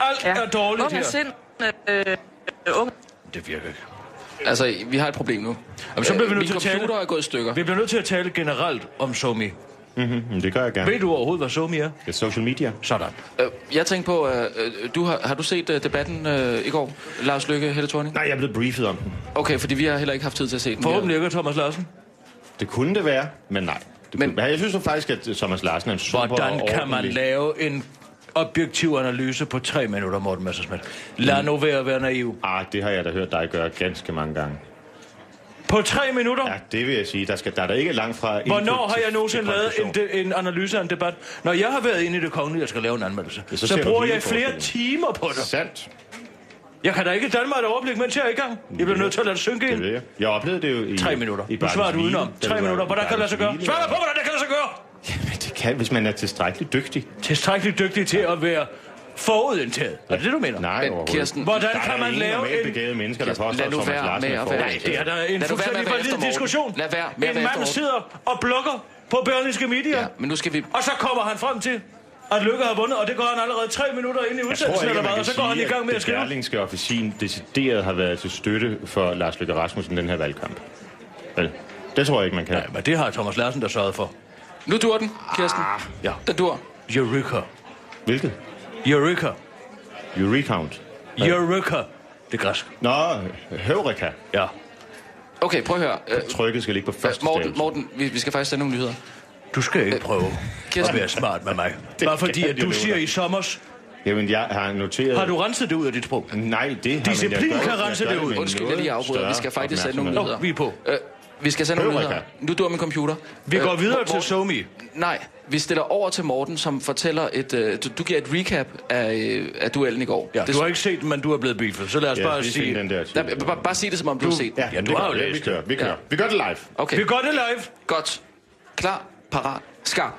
Speaker 4: Alt
Speaker 9: Ja.
Speaker 4: er dårligt
Speaker 9: Ung
Speaker 4: her.
Speaker 9: af sind. Øh, øh, ung.
Speaker 4: Det virker ikke.
Speaker 5: Altså, vi har et problem nu.
Speaker 4: Jamen, så bliver vi nødt
Speaker 5: Min
Speaker 4: til at tale.
Speaker 5: computer er gået i stykker.
Speaker 4: Vi bliver nødt til at tale generelt om SoMe.
Speaker 6: Mm, Det gør jeg gerne.
Speaker 4: Ved du overhovedet, hvad SoMe er?
Speaker 6: Det er social media.
Speaker 4: Sådan.
Speaker 5: Øh, Jeg tænkte på, øh, øh, du har, har du set øh, debatten øh, i går? Lars Lykke, Helle Thorning?
Speaker 6: Nej, jeg er blevet briefet om den.
Speaker 5: Okay, fordi vi har heller ikke haft tid til at se den.
Speaker 4: Forhåbentlig ikke, Thomas Larsen.
Speaker 6: Det kunne det være, men nej. Det
Speaker 5: Men-
Speaker 6: men, kunne, jeg synes jo faktisk, at øh, Thomas Larsen er en super
Speaker 4: Hvordan kan man
Speaker 6: ordentlig-
Speaker 4: lave en objektiv analyse på tre minutter, Morten Messersmith?
Speaker 6: Mm.
Speaker 4: Lad nu være at være naiv.
Speaker 6: Ah, det har jeg da hørt dig gøre ganske mange gange.
Speaker 4: På tre minutter?
Speaker 6: Ja, det vil jeg sige. Der, skal, der er da ikke langt fra... input
Speaker 4: Hvornår har
Speaker 6: til-
Speaker 4: jeg nogensinde
Speaker 6: til
Speaker 4: lavet en,
Speaker 6: konklusion.
Speaker 4: de, en analyse af en debat? Når jeg har været inde i det kongelige, jeg skal lave en anmeldelse,
Speaker 6: Ja,
Speaker 4: så,
Speaker 6: så
Speaker 4: så
Speaker 6: ser du
Speaker 4: bruger
Speaker 6: hele
Speaker 4: jeg flere
Speaker 6: forskellen.
Speaker 4: timer på det.
Speaker 6: Sandt.
Speaker 4: Jeg kan da ikke danne mig et overblik, mens jeg er i gang. Jeg bliver nødt til at lade det synke
Speaker 6: Det ved
Speaker 4: ind.
Speaker 6: jeg. Jeg oplevede det jo i...
Speaker 4: Tre minutter.
Speaker 6: I
Speaker 4: Nu svarer du
Speaker 6: Barnets
Speaker 4: udenom.
Speaker 6: Hvile, da
Speaker 4: Tre
Speaker 6: du
Speaker 4: minutter.
Speaker 6: var i
Speaker 4: Hvordan kan det lade sig gøre?
Speaker 6: Barnets
Speaker 4: Svar
Speaker 6: Hvile,
Speaker 4: mig på, hvordan det kan lade sig gøre!
Speaker 6: Jamen, det kan, hvis man er tilstrækkeligt dygtig.
Speaker 4: Tilstrækkeligt dygtig til at være forudindtaget. Er det det, du mener?
Speaker 6: Nej,
Speaker 5: Men
Speaker 6: overhovedet.
Speaker 5: Kirsten,
Speaker 4: Hvordan
Speaker 6: Der er
Speaker 4: kan
Speaker 6: da
Speaker 4: man
Speaker 6: ingen
Speaker 4: lave
Speaker 6: normalt
Speaker 4: en
Speaker 6: begavede mennesker, der
Speaker 5: Kirsten,
Speaker 6: påstår,
Speaker 5: lad
Speaker 6: at
Speaker 5: nu
Speaker 6: Thomas
Speaker 5: være
Speaker 6: Larsen
Speaker 5: med
Speaker 6: er
Speaker 5: at være-
Speaker 6: forudset.
Speaker 5: Nej,
Speaker 4: Det er da en
Speaker 5: Lad nu være med
Speaker 4: fuldstændig
Speaker 5: at være efter
Speaker 4: valid
Speaker 5: Morten.
Speaker 4: diskussion.
Speaker 5: Lad være med at
Speaker 4: en
Speaker 5: være efter
Speaker 4: mand
Speaker 5: Morten.
Speaker 4: sidder og blokker på Berlingske Media,
Speaker 5: Ja, men nu skal vi...
Speaker 4: og så kommer han frem til, at Lykke har vundet, og det gør han allerede tre minutter ind i
Speaker 6: Jeg tror
Speaker 4: udsendelsen, eller
Speaker 6: ikke, at man
Speaker 4: hvad,
Speaker 6: kan
Speaker 4: og så går han i
Speaker 6: sige,
Speaker 4: gang med at
Speaker 6: at det
Speaker 4: skrive.
Speaker 6: berlingske officin decideret har været til støtte for Lars Løkke Rasmussen i den her valgkamp. Vel, det tror jeg ikke, man kan.
Speaker 4: Ja, men det har Thomas Larsen der sørget for.
Speaker 5: Nu dur den, Kirsten.
Speaker 4: Ah, ja.
Speaker 5: Den dur.
Speaker 4: Eureka.
Speaker 6: Hvilket?
Speaker 4: Eureka.
Speaker 6: You recount.
Speaker 4: Eureka. Det er græsk.
Speaker 6: Nå, Høvreka.
Speaker 4: Ja.
Speaker 5: Okay, prøv at høre. Øh,
Speaker 6: Trykket skal ligge på første
Speaker 5: Morten,
Speaker 6: stavelse.
Speaker 5: Morten vi, vi skal faktisk sende nogle nyheder.
Speaker 4: Du skal ikke prøve at
Speaker 5: Øh, Kirsten.
Speaker 4: være smart med mig. Bare fordi,
Speaker 6: kan
Speaker 4: at
Speaker 6: jeg
Speaker 4: du
Speaker 6: love
Speaker 4: siger
Speaker 6: dig.
Speaker 4: i sommers,
Speaker 6: Jamen, jeg har noteret...
Speaker 4: Har du renset det ud af dit sprog?
Speaker 6: Nej, det har
Speaker 4: Disciplin
Speaker 6: men jeg gør-
Speaker 4: kan rense
Speaker 6: jeg gør
Speaker 4: det ud.
Speaker 6: med
Speaker 5: Undskyld, jeg
Speaker 6: noget
Speaker 5: lige afbryder. Vi skal
Speaker 6: større
Speaker 5: faktisk sende nogle
Speaker 6: opmærksomhed.
Speaker 5: nyheder.
Speaker 4: vi er på.
Speaker 5: Øh, vi skal sende nogle
Speaker 6: Høvrika.
Speaker 5: nyheder. Nu dør min computer.
Speaker 4: Vi går videre
Speaker 5: Øh, Morten-
Speaker 4: til Somi.
Speaker 5: Nej, vi stiller over til Morten, som fortæller et... Øh, du, du giver et recap af, øh, af duellen i går.
Speaker 4: Ja, du har ikke set den, men du er blevet beefet. Så lad os
Speaker 6: Ja,
Speaker 4: bare
Speaker 6: vi
Speaker 4: sige...
Speaker 6: finder den der.
Speaker 5: Der, b- bare, bare sig det, som om du, du har set den.
Speaker 6: Ja,
Speaker 4: Ja, du
Speaker 6: det
Speaker 4: har
Speaker 6: gør
Speaker 4: jo
Speaker 6: vi.
Speaker 4: læst
Speaker 6: Vi kører, vi kører.
Speaker 5: Ja.
Speaker 6: Vi gør det live.
Speaker 5: Okay,
Speaker 4: Vi gør det live.
Speaker 5: godt. Klar, parat, skarp.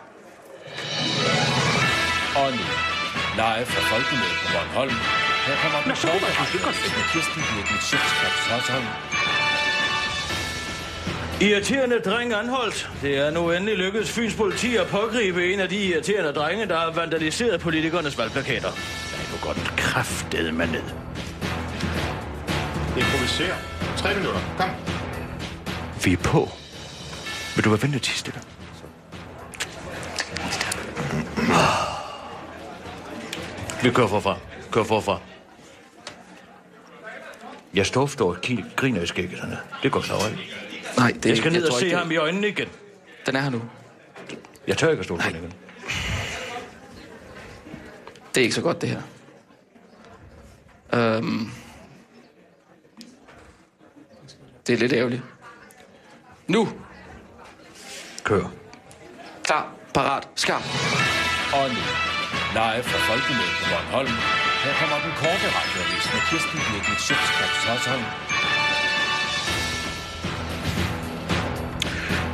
Speaker 2: Og nu, live fra Folkemødet på Bornholm. Her kommer den korte radiovis med Kirsten Birgit Schøtzgrads Hasholm.
Speaker 4: Irriterende dreng anholdt. Det er nu endelig lykkedes Fyns politi at pågribe en af de irriterende drenge, der har vandaliseret politikernes valgplakater. Men nu går den kraftede med ned.
Speaker 6: Improviser. Tre minutter. Kom.
Speaker 4: Vi er på. Vil du være venlig til stille? Vi kører forfra. Kør forfra. Jeg står for og kig- griner i skægget hernede. Det går så ikke.
Speaker 5: Nej, det er
Speaker 4: Jeg skal ned og
Speaker 5: tror
Speaker 4: se
Speaker 5: ikke,
Speaker 4: ham i øjnene igen.
Speaker 5: det- Den er her nu.
Speaker 4: Jeg tør ikke at stå på den igen.
Speaker 5: Det er ikke så godt, det her. Øhm, det er lidt ærgerligt. Nu!
Speaker 4: Kør.
Speaker 5: Klar, parat, skarp.
Speaker 2: Og nu, live fra Folkemødet på Bornholm. Her kommer den korte radiovis med Kirsten Birgit Schøtzgrads Hasholm.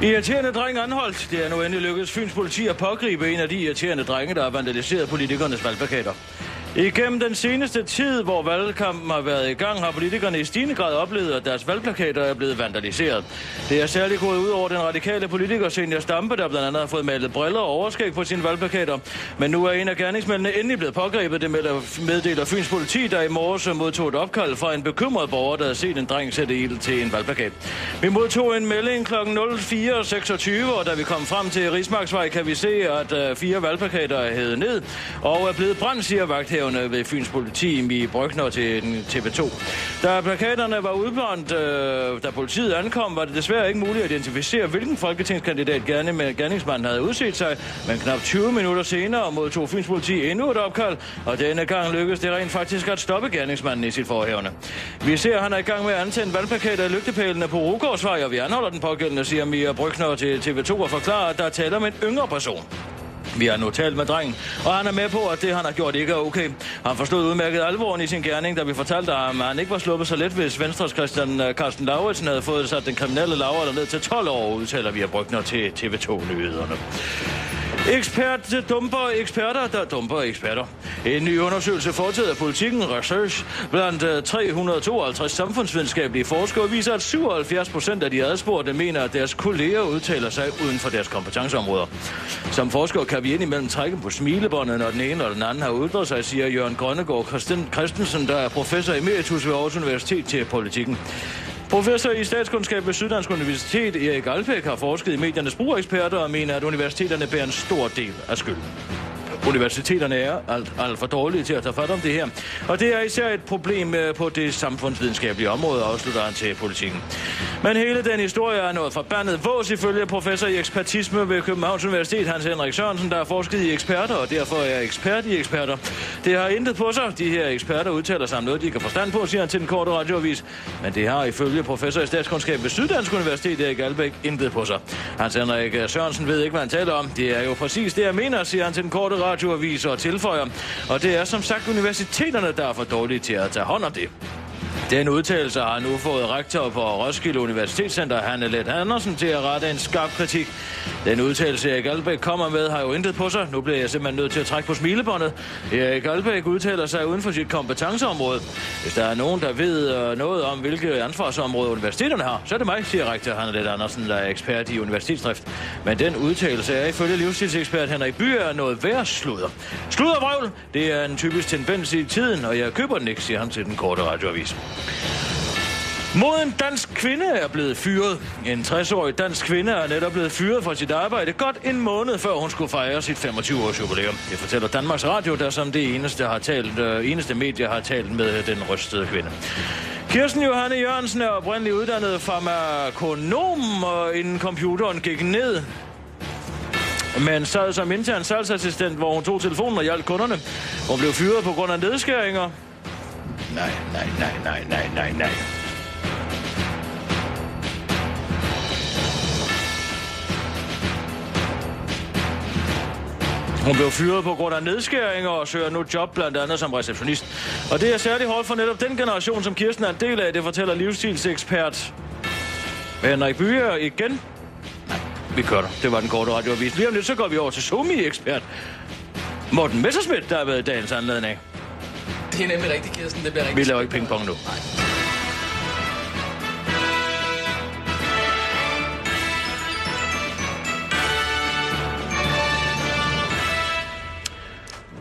Speaker 4: Irriterende dreng anholdt. Det er nu endelig lykkedes Fyns politi at pågribe en af de irriterende drenge, der har vandaliseret politikernes valgplakater. Igennem den seneste tid, hvor valgkampen har været i gang, har politikerne i stigende grad oplevet, at deres valgplakater er blevet vandaliseret. Det er særligt gået ud over den radikale politiker Senior Stampe, der blandt andet har fået malet briller og overskæg på sine valgplakater. Men nu er en af gerningsmændene endelig blevet pågrebet, det melder- meddeler Fyns politi, der i morges modtog et opkald fra en bekymret borger, der havde set en dreng sætte ild til en valgplakat. Vi modtog en melding kl. 04.26, og da vi kom frem til Rigsmarksvej, kan vi se, at øh, fire valgplakater er hævet ned og er blevet brændt, siger vagthævende ved Fyns politi i Brygner til den TV2. Da plakaterne var udbrændt, øh, da politiet ankom, var det desværre ikke muligt at identificere, hvilken folketingskandidat gerne med gerningsmanden havde udset sig, men knap 20 minutter senere modtog Fyns politi endnu et opkald, og denne gang lykkedes det rent faktisk at stoppe gerningsmanden i sit forhævne. Vi ser, at han er i gang med at antænde valgplakater i lygtepælene på Rugårdsvej, og vi anholder den pågældende, siger Mia Brygner til TV2 og forklarer, at der taler om en yngre person. Vi har nu talt med drengen, og han er med på, at det, han har gjort, ikke er okay. Han forstod udmærket alvoren i sin gerning, da vi fortalte ham, at han ikke var sluppet så let, hvis Venstres Christian øh, Carsten Lauritsen havde fået sat den kriminelle Laura ned til 12 år, udtaler vi af Brygner til TV2-nyhederne. Ekspert øh, dumper eksperter, der dumper eksperter. En ny undersøgelse foretaget af politikken Research blandt øh, 352 samfundsvidenskabelige forskere viser, at 77 procent af de adspurgte mener, at deres kolleger udtaler sig uden for deres kompetenceområder. Som forskere kan vi indimellem trække på smilebåndet, når den ene eller den anden har udtrykt sig, siger Jørgen Grønnegård Christen- Christensen, der er professor emeritus ved Aarhus Universitet til politikken. Professor i statskundskab ved Syddansk Universitet, Erik Alpæk, har forsket i mediernes brug af eksperter og mener, at universiteterne bærer en stor del af skylden. Universiteterne er alt, alt for dårlige til at tage fat om det her. Og det er især et problem øh, på det samfundsvidenskabelige område, afslutter han til politikken. Men hele den historie er noget forbandet vås ifølge professor i ekspertisme ved Københavns Universitet, Hans Henrik Sørensen, der har forsket i eksperter, og derfor er ekspert i eksperter. Det har intet på sig. De her eksperter udtaler sig om noget, de ikke har forstand på, siger han til den korte radioavis. Men det har ifølge professor i statskundskab ved Syddansk Universitet, Erik Albæk, intet på sig. Hans Henrik Sørensen ved ikke, hvad han taler om. Det er jo præcis det, jeg mener, siger han til den korte radioavis og tilføjer. Og det er som sagt universiteterne, der er for dårlige til at tage hånd om det. Den udtalelse har nu fået rektor på Roskilde Universitetscenter, Hanne Let Andersen, til at rette en skarp kritik. Den udtalelse, Erik Albeck kommer med, har jo intet på sig. Nu bliver jeg simpelthen nødt til at trække på smilebåndet. Erik Albeck udtaler sig uden for sit kompetenceområde. Hvis der er nogen, der ved øh, noget om, hvilke ansvarsområder universiteterne har, så er det mig, siger rektor Hanne Let Andersen, der er ekspert i universitetsdrift. Men den udtalelse er ifølge livsstilsekspert Henrik Byer noget værd sludder. Sluddervrøvl, det er en typisk tendens i tiden, og jeg køber den ikke, siger han til den korte radioavis. Moden dansk kvinde er blevet fyret. En 60-årig dansk kvinde er netop blevet fyret fra sit arbejde godt en måned før hun skulle fejre sit 25-års jubilæum. Det fortæller Danmarks Radio, der som det eneste, har talt, øh, eneste medie har talt med den rystede kvinde. Kirsten Johanne Jørgensen er oprindeligt uddannet farmakonom, og inden computeren gik ned, men sad som intern salgsassistent, hvor hun tog telefonen og hjalp kunderne. Hun blev fyret på grund af nedskæringer. Nej, nej, nej, nej, nej, nej, nej. Hun blev fyret på grund af nedskæringer og søger nu job blandt andet som receptionist. Og det er særligt hårdt for netop den generation, som Kirsten er en del af, det fortæller livsstilsekspert Henrik Byer igen. Vi kører. Det var den korte radioavis. Lige om lidt, så går vi over til Sumi-ekspert. Morten Messerschmidt, der har været i dagens anledning.
Speaker 5: Det er nemlig rigtigt, Kirsten. Det bliver
Speaker 4: Vi
Speaker 5: rigtigt.
Speaker 4: laver ikke pingpong nu.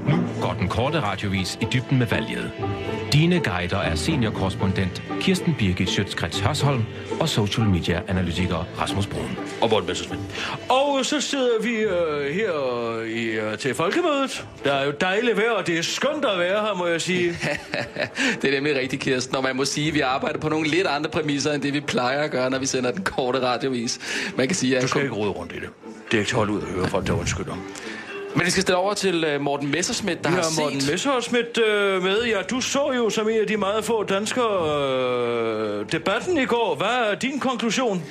Speaker 2: Nu går den korte radiovis i dybden med valget. Dine guider er seniorkorrespondent Kirsten Birgit Schøtzgrads Hørsholm og social media analytiker Rasmus Brun.
Speaker 4: Og Morten Messerschmidt. Og så sidder vi øh, her øh, i, øh, til folkemødet. Der er jo dejligt vejr, og det er skønt at være her, må jeg sige.
Speaker 5: det er nemlig rigtigt, Kirsten. Og man må sige, at vi arbejder på nogle lidt andre præmisser, end det vi plejer at gøre, når vi sender den korte radiovis. Man kan sige, at
Speaker 4: Du skal ikke rode rundt i det. Det er ikke til at holde ud at høre folk, der undskylder.
Speaker 5: Men det skal stille over til øh, Morten Messerschmidt, der
Speaker 4: Vi
Speaker 5: har
Speaker 4: har Morten
Speaker 5: set...
Speaker 4: Messerschmidt øh, med. Ja, du så jo som en af de meget få danskere øh, debatten i går. Hvad er din konklusion?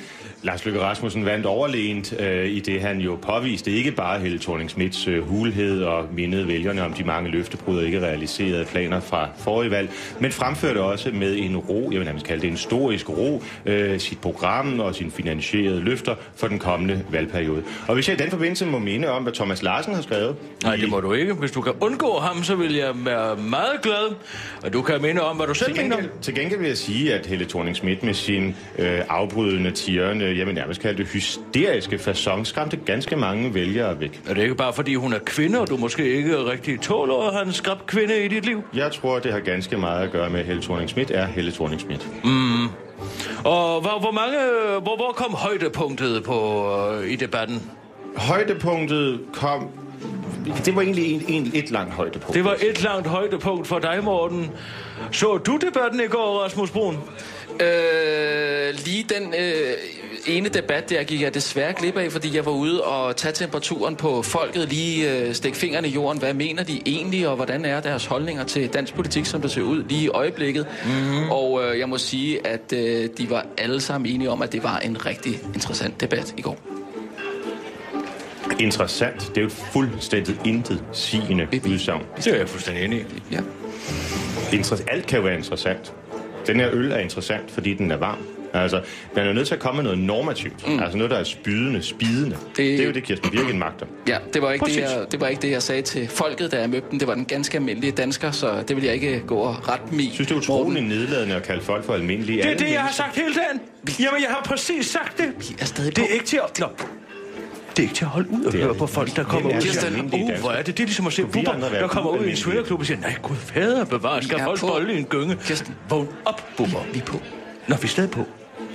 Speaker 6: Lars Løkke Rasmussen vandt overlegent øh, i det, han jo påviste ikke bare Helle thorning Schmidts øh, hulhed og mindede vælgerne om de mange løftebrud og ikke realiserede planer fra forrige valg, men fremførte også med en ro, jeg vil nærmest kalde det en historisk ro, øh, sit program og sine finansierede løfter for den kommende valgperiode. Og hvis jeg i den forbindelse må minde om, hvad Thomas Larsen har skrevet...
Speaker 4: Nej,
Speaker 6: i-
Speaker 4: det må du ikke. Hvis du kan undgå ham, så vil jeg være meget glad. Og du kan minde om, hvad du selv
Speaker 6: Til
Speaker 4: mener.
Speaker 6: gengæld, til gengæld vil jeg sige, at Helle thorning Schmidt med sin øh, afbrydende, tirrende, jeg vil nærmest kalde det hysteriske façon, skræmte ganske mange vælgere væk.
Speaker 4: Er det ikke bare, fordi hun er kvinde, og du måske ikke rigtig tåler at have en skrab kvinde i dit liv?
Speaker 6: Jeg tror, det har ganske meget at gøre med, at Helle thorning Schmidt er Helle thorning Schmidt.
Speaker 4: Og hvor, hvor mange, hvor, hvor kom højdepunktet på øh, i debatten?
Speaker 6: Højdepunktet kom... Det var egentlig en, en, et langt højdepunkt.
Speaker 4: Det var et langt højdepunkt for dig, Morten. Så du debatten i går, Rasmus Brun?
Speaker 5: Øh, lige den øh, ene debat der gik jeg desværre glip af, fordi jeg var ude og tage temperaturen på folket, lige øh, stikke fingrene i jorden. Hvad mener de egentlig, og hvordan er deres holdninger til dansk politik, som det ser ud lige i øjeblikket?
Speaker 4: Mhm.
Speaker 5: Mm-hmm. Og øh, jeg må sige, at øh, de var alle sammen enige om, at det var en rigtig interessant debat i går.
Speaker 6: Interessant. Det er jo et fuldstændig intet sigende udsagn.
Speaker 4: Det er jeg fuldstændig enig i.
Speaker 5: Ja.
Speaker 6: Interes- alt kan jo være interessant. Den her øl er interessant, fordi den er varm. Altså, man er jo nødt til at komme med noget normativt. Mm. Altså noget, der er spydende, spidende. Det, det er jo det, Kirsten Birken magter.
Speaker 5: Ja, det var, ikke det,
Speaker 4: Præcis.
Speaker 5: jeg, det var ikke det, jeg sagde til folket, da jeg mødte dem. Det var den ganske almindelige dansker, så det vil jeg ikke gå og rette mig.
Speaker 6: Jeg synes, det er utroligt nedladende at kalde folk for almindelige.
Speaker 4: Det er
Speaker 6: Alle
Speaker 4: det, jeg har
Speaker 6: mennesker-
Speaker 4: sagt hele dagen. Jamen, jeg har præcis sagt det.
Speaker 5: Vi er stadig
Speaker 4: Det er
Speaker 5: på.
Speaker 4: ikke til at... Nå. Det er ikke til at holde ud og
Speaker 6: Det er
Speaker 4: høre
Speaker 6: det.
Speaker 4: på folk, der kommer
Speaker 6: Hvem er
Speaker 4: ud.
Speaker 6: de
Speaker 4: Kirsten,
Speaker 6: almindelige
Speaker 4: uh, hvor er det? Det er ligesom at se
Speaker 6: Kunne vi
Speaker 4: Bubber,
Speaker 6: andre være
Speaker 4: der kommer ud i en
Speaker 6: ualmindelige?
Speaker 4: swingerklub og siger, nej, gud fader bevare, skal
Speaker 5: er
Speaker 4: folk
Speaker 5: på.
Speaker 4: bolle i en gynge?
Speaker 5: Kirsten.
Speaker 4: Vågn op, Bubber.
Speaker 5: Vi er på.
Speaker 4: Når vi er stadig på.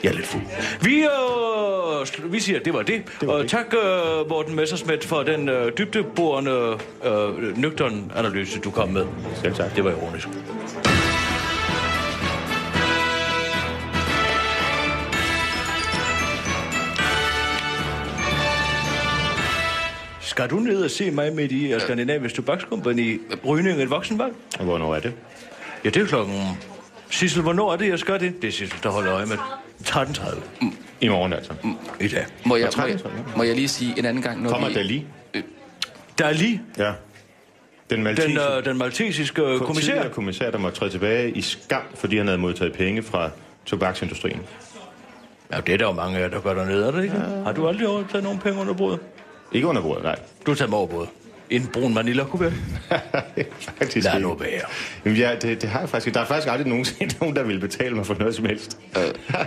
Speaker 4: Jeg er lidt fuld. Vi, øh, sl- vi siger, at det var det. det, var og det. tak, øh, Morten Messerschmidt, for den øh, dybdeborende øh, nøgtern analyse, du kom med.
Speaker 6: Selv tak.
Speaker 4: Det var ironisk. Skal du ned og se mig midt i øh, Skandinavisk Tobakskompagni Rygning en voksenvalg?
Speaker 6: Hvornår er det?
Speaker 4: Ja, det er klokken... Sissel, hvornår er det, jeg skal det? Det er Sissel, der holder øje med. 13.30
Speaker 6: I morgen altså.
Speaker 4: i dag.
Speaker 5: Må jeg, må, jeg,
Speaker 6: tretten, tror jeg.
Speaker 5: må jeg lige sige en anden gang, når
Speaker 6: Kommer
Speaker 5: vi...
Speaker 6: Dali?
Speaker 4: Der er lige
Speaker 6: Ja. Den maltesiske
Speaker 4: den, øh, den maltesiske øh, kommissær.
Speaker 6: tidligere kommissær, der måtte træde tilbage i skam, fordi han havde modtaget penge fra tobaksindustrien.
Speaker 4: Ja, det er der jo mange af jer, der gør dernede, er det ikke? Har du aldrig overtaget nogen penge under bordet?
Speaker 6: Ikke under bordet, nej.
Speaker 4: Du tager mig over bordet. En brun manila kunne være.
Speaker 6: faktisk
Speaker 4: Lad
Speaker 6: ikke.
Speaker 4: nu være.
Speaker 6: Jamen, ja, det, det har jeg faktisk ikke. Der er faktisk aldrig nogensinde nogen, der vil betale mig for noget som helst.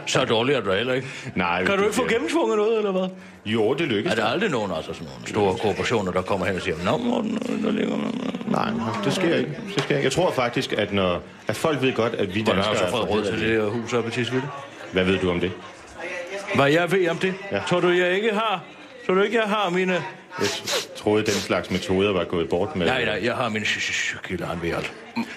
Speaker 4: Så dårlig er du heller ikke.
Speaker 6: Nej,
Speaker 4: Kan
Speaker 6: men
Speaker 4: du
Speaker 6: det
Speaker 4: ikke få
Speaker 6: bliver-
Speaker 4: gennemtvunget noget, eller hvad?
Speaker 6: Jo, det lykkes.
Speaker 4: Er der aldrig nogen, altså sådan nogle store korporationer, der kommer hen og siger, Nå, Morten, øh, der ligger...
Speaker 6: Nej, det sker ikke. Det sker ikke. Jeg tror faktisk, at, når, at folk ved godt, at vi
Speaker 4: Hvordan har
Speaker 6: danskere...
Speaker 4: du så
Speaker 6: er
Speaker 4: fået råd til
Speaker 6: forkerte.
Speaker 4: det her hus oppe i Tisvilde?
Speaker 6: Hvad ved du om det?
Speaker 4: Hvad jeg ved om det?
Speaker 6: Ja.
Speaker 4: Tror du, jeg ikke har? Tror du ikke, jeg har mine...
Speaker 6: Jeg troede, den slags metoder var gået bort med...
Speaker 4: Nej, nej, jeg har mine kilder, han ved alt.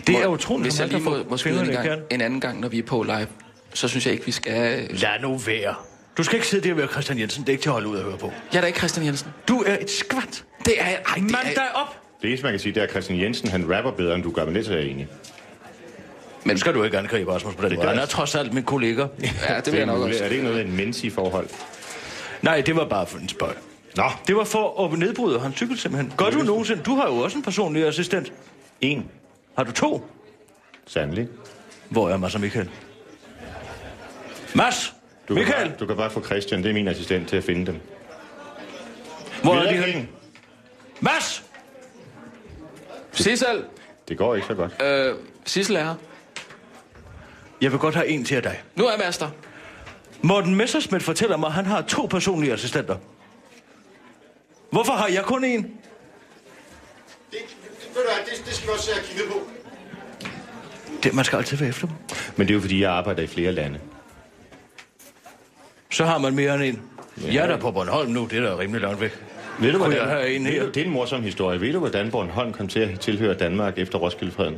Speaker 4: Det er
Speaker 5: Må-
Speaker 4: utroligt,
Speaker 5: Hvis
Speaker 4: hvor
Speaker 5: jeg lige
Speaker 4: meget der får
Speaker 5: må, må skyde en,
Speaker 4: fingrene i
Speaker 5: gang,
Speaker 4: kanten.
Speaker 5: en anden gang, når vi er på live, så synes jeg ikke, vi skal... øh,
Speaker 4: Lad nu være. Du skal ikke sidde der og være Christian Jensen. Det er ikke til at holde ud at høre på.
Speaker 5: Jeg er da ikke Christian Jensen.
Speaker 4: Du er et skvat.
Speaker 5: Det er jeg. Ej, det
Speaker 4: Mand
Speaker 5: er jeg.
Speaker 4: dig op.
Speaker 6: Det eneste, man kan sige, det er, at Christian Jensen, han rapper bedre, end du gør, men det er jeg enig.
Speaker 4: Men skal du ikke angribe Rasmus på den måde? Han er trods alt min kollega.
Speaker 5: Ja, det vil jeg nok
Speaker 6: muligt.
Speaker 5: også.
Speaker 6: Er det ikke noget af en mens i forhold?
Speaker 4: Nej, det var bare for en spøj.
Speaker 6: Nå,
Speaker 4: Det var for at nedbryde hans cykel simpelthen. Gør du nogensinde? Du har jo også en personlig assistent.
Speaker 6: en.
Speaker 4: Har du to?
Speaker 6: Sandelig.
Speaker 4: Hvor er Mads og Michael? Mads!
Speaker 6: Du Kan
Speaker 4: Michael!
Speaker 6: bare, du kan bare få Christian, det er min assistent, til at finde dem.
Speaker 4: Hvor er
Speaker 6: Videre,
Speaker 4: de henne?
Speaker 6: King.
Speaker 4: Mads!
Speaker 5: Sissel.
Speaker 6: Det går ikke så godt.
Speaker 5: Øh, Sissel er her.
Speaker 4: Jeg vil godt have en til af dig.
Speaker 5: Nu er Master.
Speaker 4: Morten Messerschmidt fortæller mig, at han har to personlige assistenter. Hvorfor har jeg kun en?
Speaker 10: Det, det, ved du hvad, det, det skal vi også have kigget på.
Speaker 4: Det, man skal altid være efter dem.
Speaker 6: Men det er jo, fordi jeg arbejder i flere lande.
Speaker 4: Så har man mere end en. Ja. Jeg er der på Bornholm nu, det er da rimelig langt væk.
Speaker 6: Ved du,
Speaker 4: Kunne
Speaker 6: hvordan,
Speaker 4: jeg have en
Speaker 6: ved
Speaker 4: her?
Speaker 6: du, det er en morsom historie. Ved du, hvordan Bornholm kom til at tilhøre Danmark efter Roskildefreden?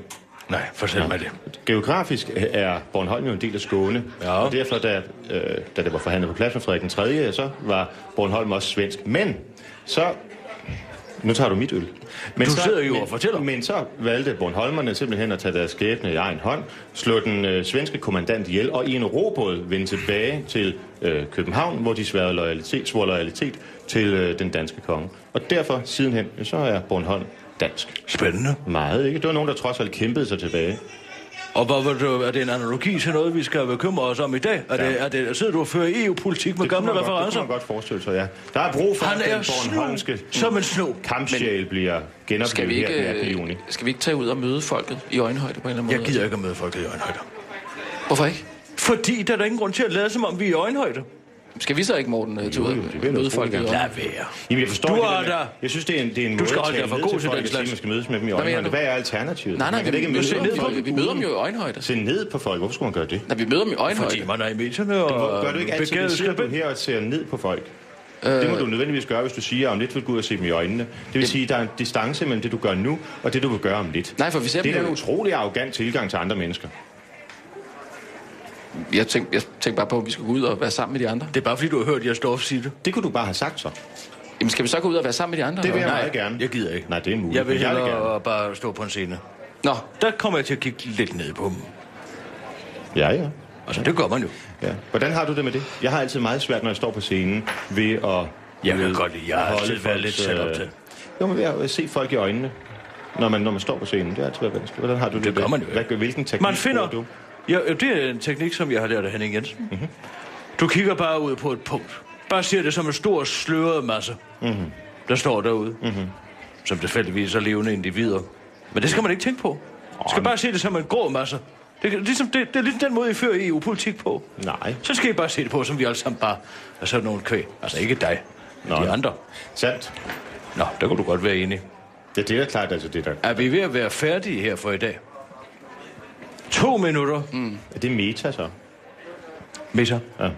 Speaker 4: Nej, fortæl mig det.
Speaker 6: Geografisk er Bornholm jo en del af Skåne,
Speaker 4: Ja.
Speaker 6: og derfor, da, øh, da det var forhandlet på plads med Frederik den 3., så var Bornholm også svensk. Men så... Nu tager du mit øl. Men
Speaker 4: Du sidder jo og fortæller.
Speaker 6: Men så valgte Bornholmerne simpelthen at tage deres skæbne i egen hånd, slå den øh, svenske kommandant ihjel, og i en robåd vende tilbage til øh, København, hvor de sværede loyalitet, svor loyalitet til øh, den danske konge. Og derfor, sidenhen, så er Bornholm dansk.
Speaker 4: Spændende.
Speaker 6: Meget, ikke? Det var nogen, der trods alt kæmpede sig tilbage.
Speaker 4: Og hvor, hvor, er det en analogi til noget, vi skal bekymre os om i dag? Er, ja. det, er det, sidder du og fører EU-politik med
Speaker 6: Det
Speaker 4: gamle
Speaker 6: kunne man Godt, det
Speaker 4: referencer?
Speaker 6: kunne man godt forestille sig, ja. Der er brug for,
Speaker 4: Han
Speaker 6: at
Speaker 4: er
Speaker 6: den
Speaker 4: snu,
Speaker 6: bornholmske
Speaker 4: som en snu.
Speaker 6: kampsjæl bliver
Speaker 5: Skal
Speaker 6: genoplevet
Speaker 5: vi,
Speaker 6: her den 18.
Speaker 5: ikke,
Speaker 6: juni.
Speaker 5: øh, skal vi ikke tage ud og møde folket i øjenhøjde på en eller anden
Speaker 4: Jeg
Speaker 5: måde?
Speaker 4: gider ikke at møde folk i øjenhøjde.
Speaker 5: Hvorfor ikke?
Speaker 4: Fordi der er da ingen grund til at lade, som om vi er i øjenhøjde.
Speaker 5: Skal vi så ikke, Morten, øh, tage ud og
Speaker 6: Jo, jo, det vil jeg
Speaker 5: møde
Speaker 6: da
Speaker 5: folk i
Speaker 6: utrolig
Speaker 5: øjenhøjde?
Speaker 4: Lad være.
Speaker 6: Jamen, jeg forstår
Speaker 4: Du
Speaker 6: ikke,
Speaker 4: er
Speaker 6: det der med-
Speaker 4: der-
Speaker 6: Jeg synes, det er en, det er en
Speaker 4: Du skal
Speaker 6: måde at
Speaker 4: holde
Speaker 6: tale
Speaker 4: dig for
Speaker 6: ned
Speaker 4: god
Speaker 6: til
Speaker 4: til
Speaker 6: folk,
Speaker 4: den
Speaker 6: at sige,
Speaker 4: slags.
Speaker 6: man skal mødes med dem i
Speaker 5: mener
Speaker 6: øjnene.
Speaker 5: du?
Speaker 6: Hvad er alternativet?
Speaker 5: Nej, nej,
Speaker 6: man kan
Speaker 5: vi,
Speaker 6: da ikke
Speaker 5: vi,
Speaker 6: mødes
Speaker 5: møder
Speaker 6: med
Speaker 5: dem,
Speaker 6: folk
Speaker 5: folk, vi møder dem jo
Speaker 6: uden-
Speaker 5: i øjenhøjde.
Speaker 6: Se ned på folk. Hvorfor skulle man gøre det?
Speaker 5: Nej, vi møder dem i
Speaker 4: Fordi
Speaker 5: øjenhøjde.
Speaker 4: man er i medierne og
Speaker 6: Gør du ikke altid,
Speaker 4: begavet
Speaker 6: det, sidder du
Speaker 4: skribent?
Speaker 6: her og ser ned på folk?
Speaker 5: Øh.
Speaker 6: Det må du nødvendigvis gøre, hvis du siger, at om lidt vil gå ud og se dem i øjnene. Det vil sige, at der er en distance mellem det, du gør nu, og det, du vil gøre om lidt.
Speaker 5: Nej, for vi ser
Speaker 6: det
Speaker 5: dem
Speaker 6: er da
Speaker 5: jo-
Speaker 6: en utrolig arrogant tilgang til andre mennesker.
Speaker 5: Jeg tænkte, jeg tænkte bare på, at vi skulle gå ud og være sammen med de andre.
Speaker 4: Det er bare fordi, du har hørt, jeg står og sige det.
Speaker 6: Det kunne du bare have sagt så.
Speaker 5: Jamen, skal vi så gå ud og være sammen med de andre?
Speaker 6: Det vil jeg
Speaker 5: Nej.
Speaker 6: meget gerne.
Speaker 4: Jeg gider ikke.
Speaker 6: Nej, det er muligt.
Speaker 4: Jeg vil
Speaker 6: men jeg
Speaker 4: hellere
Speaker 6: gerne.
Speaker 4: bare stå på en scene.
Speaker 5: Nå,
Speaker 4: Der kommer jeg til at kigge lidt ned på dem.
Speaker 6: Ja, ja.
Speaker 4: Altså, det gør man jo.
Speaker 6: ja. Hvordan har du det med det? Jeg har altid meget svært, når jeg står på scenen, ved at...
Speaker 4: Jeg ved
Speaker 6: ved
Speaker 4: godt, at jeg har
Speaker 6: holde
Speaker 4: altid været
Speaker 6: folks,
Speaker 4: lidt sat op
Speaker 6: øh,
Speaker 4: til.
Speaker 6: Jo, men ved at øh, se folk i øjnene, når man, når man står på scenen. Det har altid været vanskeligt. Hvordan har du det,
Speaker 4: Det
Speaker 6: med
Speaker 4: gør man jo ikke.
Speaker 6: Hvad, gør- hvilken teknik
Speaker 4: Man finder...
Speaker 6: bruger du? Mhm.
Speaker 4: Ja, øh, det er en teknik, som jeg har lært af Henning Jensen. Mm-hmm. Du kigger bare ud på et punkt. Bare ser det som en stor sløret masse,
Speaker 6: Mhm.
Speaker 4: mm-hmm. der står derude. Mm-hmm. Som tilfældigvis er levende individer. Men det skal man ikke tænke på. Du skal bare se det som en grå masse. Det, er ligesom, det, det er ligesom den måde, I fører EU-politik på.
Speaker 6: Nej.
Speaker 4: Så skal I bare se det på, som vi alle sammen bare er sådan nogle kvæg. Altså ikke dig, Nå.
Speaker 6: Nå.
Speaker 4: de andre.
Speaker 6: Sandt.
Speaker 4: Nå, der kunne du godt være enig.
Speaker 6: Ja, det er da klart, altså det der.
Speaker 4: Er vi ved at være færdige her for i dag? To minutter. Mm.
Speaker 6: Er det meta så?
Speaker 4: Meta.
Speaker 6: Ja.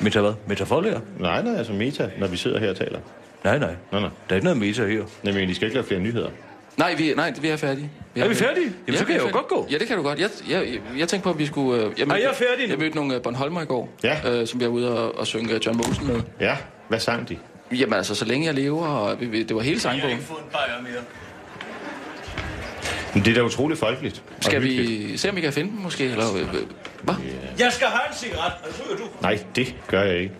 Speaker 4: Meta hvad? Metaforlærer?
Speaker 6: Nej, nej, altså meta, når vi sidder her og taler.
Speaker 4: Nej, nej.
Speaker 6: Nå, nej.
Speaker 4: Der er ikke noget meta her.
Speaker 6: Jeg mener, I skal ikke lave flere nyheder.
Speaker 5: nej, vi, nej, vi er færdige.
Speaker 4: Er vi færdige? Jamen, så kan
Speaker 5: vi er
Speaker 4: jeg jo
Speaker 5: færdige.
Speaker 4: godt gå.
Speaker 5: Ja, det kan du godt. Jeg, jeg, jeg, jeg tænkte på, at vi skulle... Øh, jeg mødte-
Speaker 4: jeg er færdig nu?
Speaker 5: Jeg mødte nogle øh, Bornholmer i går,
Speaker 6: Ja.
Speaker 5: øh, som jeg var ude og, og synge øh, John Mogensen med.
Speaker 6: Ja, hvad sang de?
Speaker 5: Jamen altså, så længe jeg lever, og vi, vi, det var hele sangbogen.
Speaker 4: fået en bajer mere.
Speaker 6: Men det er da utroligt folkeligt. og
Speaker 5: Skal
Speaker 6: hyggeligt.
Speaker 5: vi se, om vi kan finde dem måske? Eller, øh, øh, hvad?
Speaker 4: Jeg skal have en cigaret. Altså, du?
Speaker 6: Nej, det gør jeg ikke.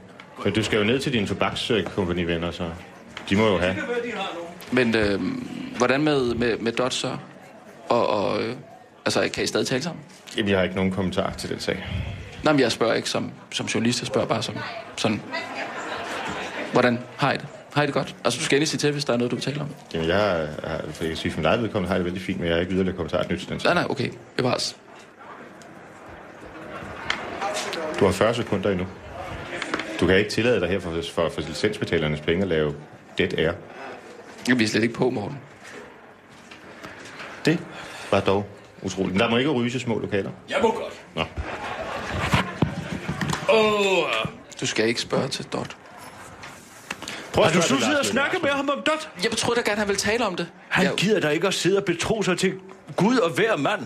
Speaker 6: Men du skal jo ned til dine tobakskompagnivenner, så de må jo have.
Speaker 4: kan være, de har nogen.
Speaker 5: Men øh, hvordan med, med, med Dodger? Og, og øh, altså, kan I stadig tale sammen?
Speaker 6: Jamen, jeg har ikke nogen kommentar til den sag.
Speaker 5: Nej, men jeg spørger ikke som, som journalist, jeg spørger bare som sådan. Hvordan har I det? Har I det godt? Altså, du skal endelig sige til, hvis der er noget, du vil tale om.
Speaker 6: Jamen, jeg har, har- for jeg kan sige, for min egen vedkommende har jeg det vældig fint, men jeg har ikke yderligere kommentar nyt til den sag.
Speaker 5: Nej, nej, okay. Bevares.
Speaker 6: Du har 40 sekunder endnu. Du kan ikke tillade dig her for, for, for licensbetalernes penge at lave det er.
Speaker 5: Jeg bliver slet ikke på, Morten.
Speaker 6: Det var dog utroligt. Der må ikke ryge i små lokaler.
Speaker 4: Jeg må godt.
Speaker 6: Nå.
Speaker 4: Åh.
Speaker 5: Du skal ikke spørge til Dot.
Speaker 6: Prøv
Speaker 4: Har Altså, du
Speaker 6: spørge
Speaker 4: så
Speaker 6: til
Speaker 4: siddet og
Speaker 6: Lars Løkke
Speaker 4: snakket med
Speaker 6: Rasmussen.
Speaker 4: ham om dot?
Speaker 5: Jeg troede da gerne, han ville tale om det.
Speaker 4: Han
Speaker 5: jeg,
Speaker 4: gider da ikke at sidde og betro sig til Gud og hver mand.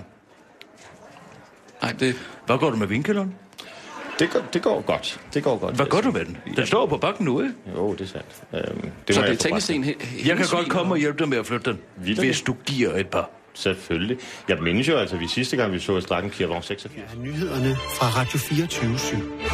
Speaker 5: Nej, det...
Speaker 4: Hvad går du med vinkælderen?
Speaker 6: Det går, det går godt. Det går godt.
Speaker 4: Hvad gør du med den? Den står på bakken nu, ikke?
Speaker 6: Jo, det er sandt. Øhm, det
Speaker 5: Så det er
Speaker 6: må jeg få
Speaker 5: tænkesten
Speaker 6: rettet.
Speaker 5: he-
Speaker 4: Jeg kan
Speaker 5: hendes
Speaker 4: godt
Speaker 5: vin,
Speaker 4: komme og hjælpe dig med at flytte den,
Speaker 6: Vildt.
Speaker 4: hvis du giver et par.
Speaker 6: Selvfølgelig. Jeg mindes jo, altså, vi sidste gang, vi så Strakken Kirvogn 86.
Speaker 3: Nyhederne fra Radio 24 7.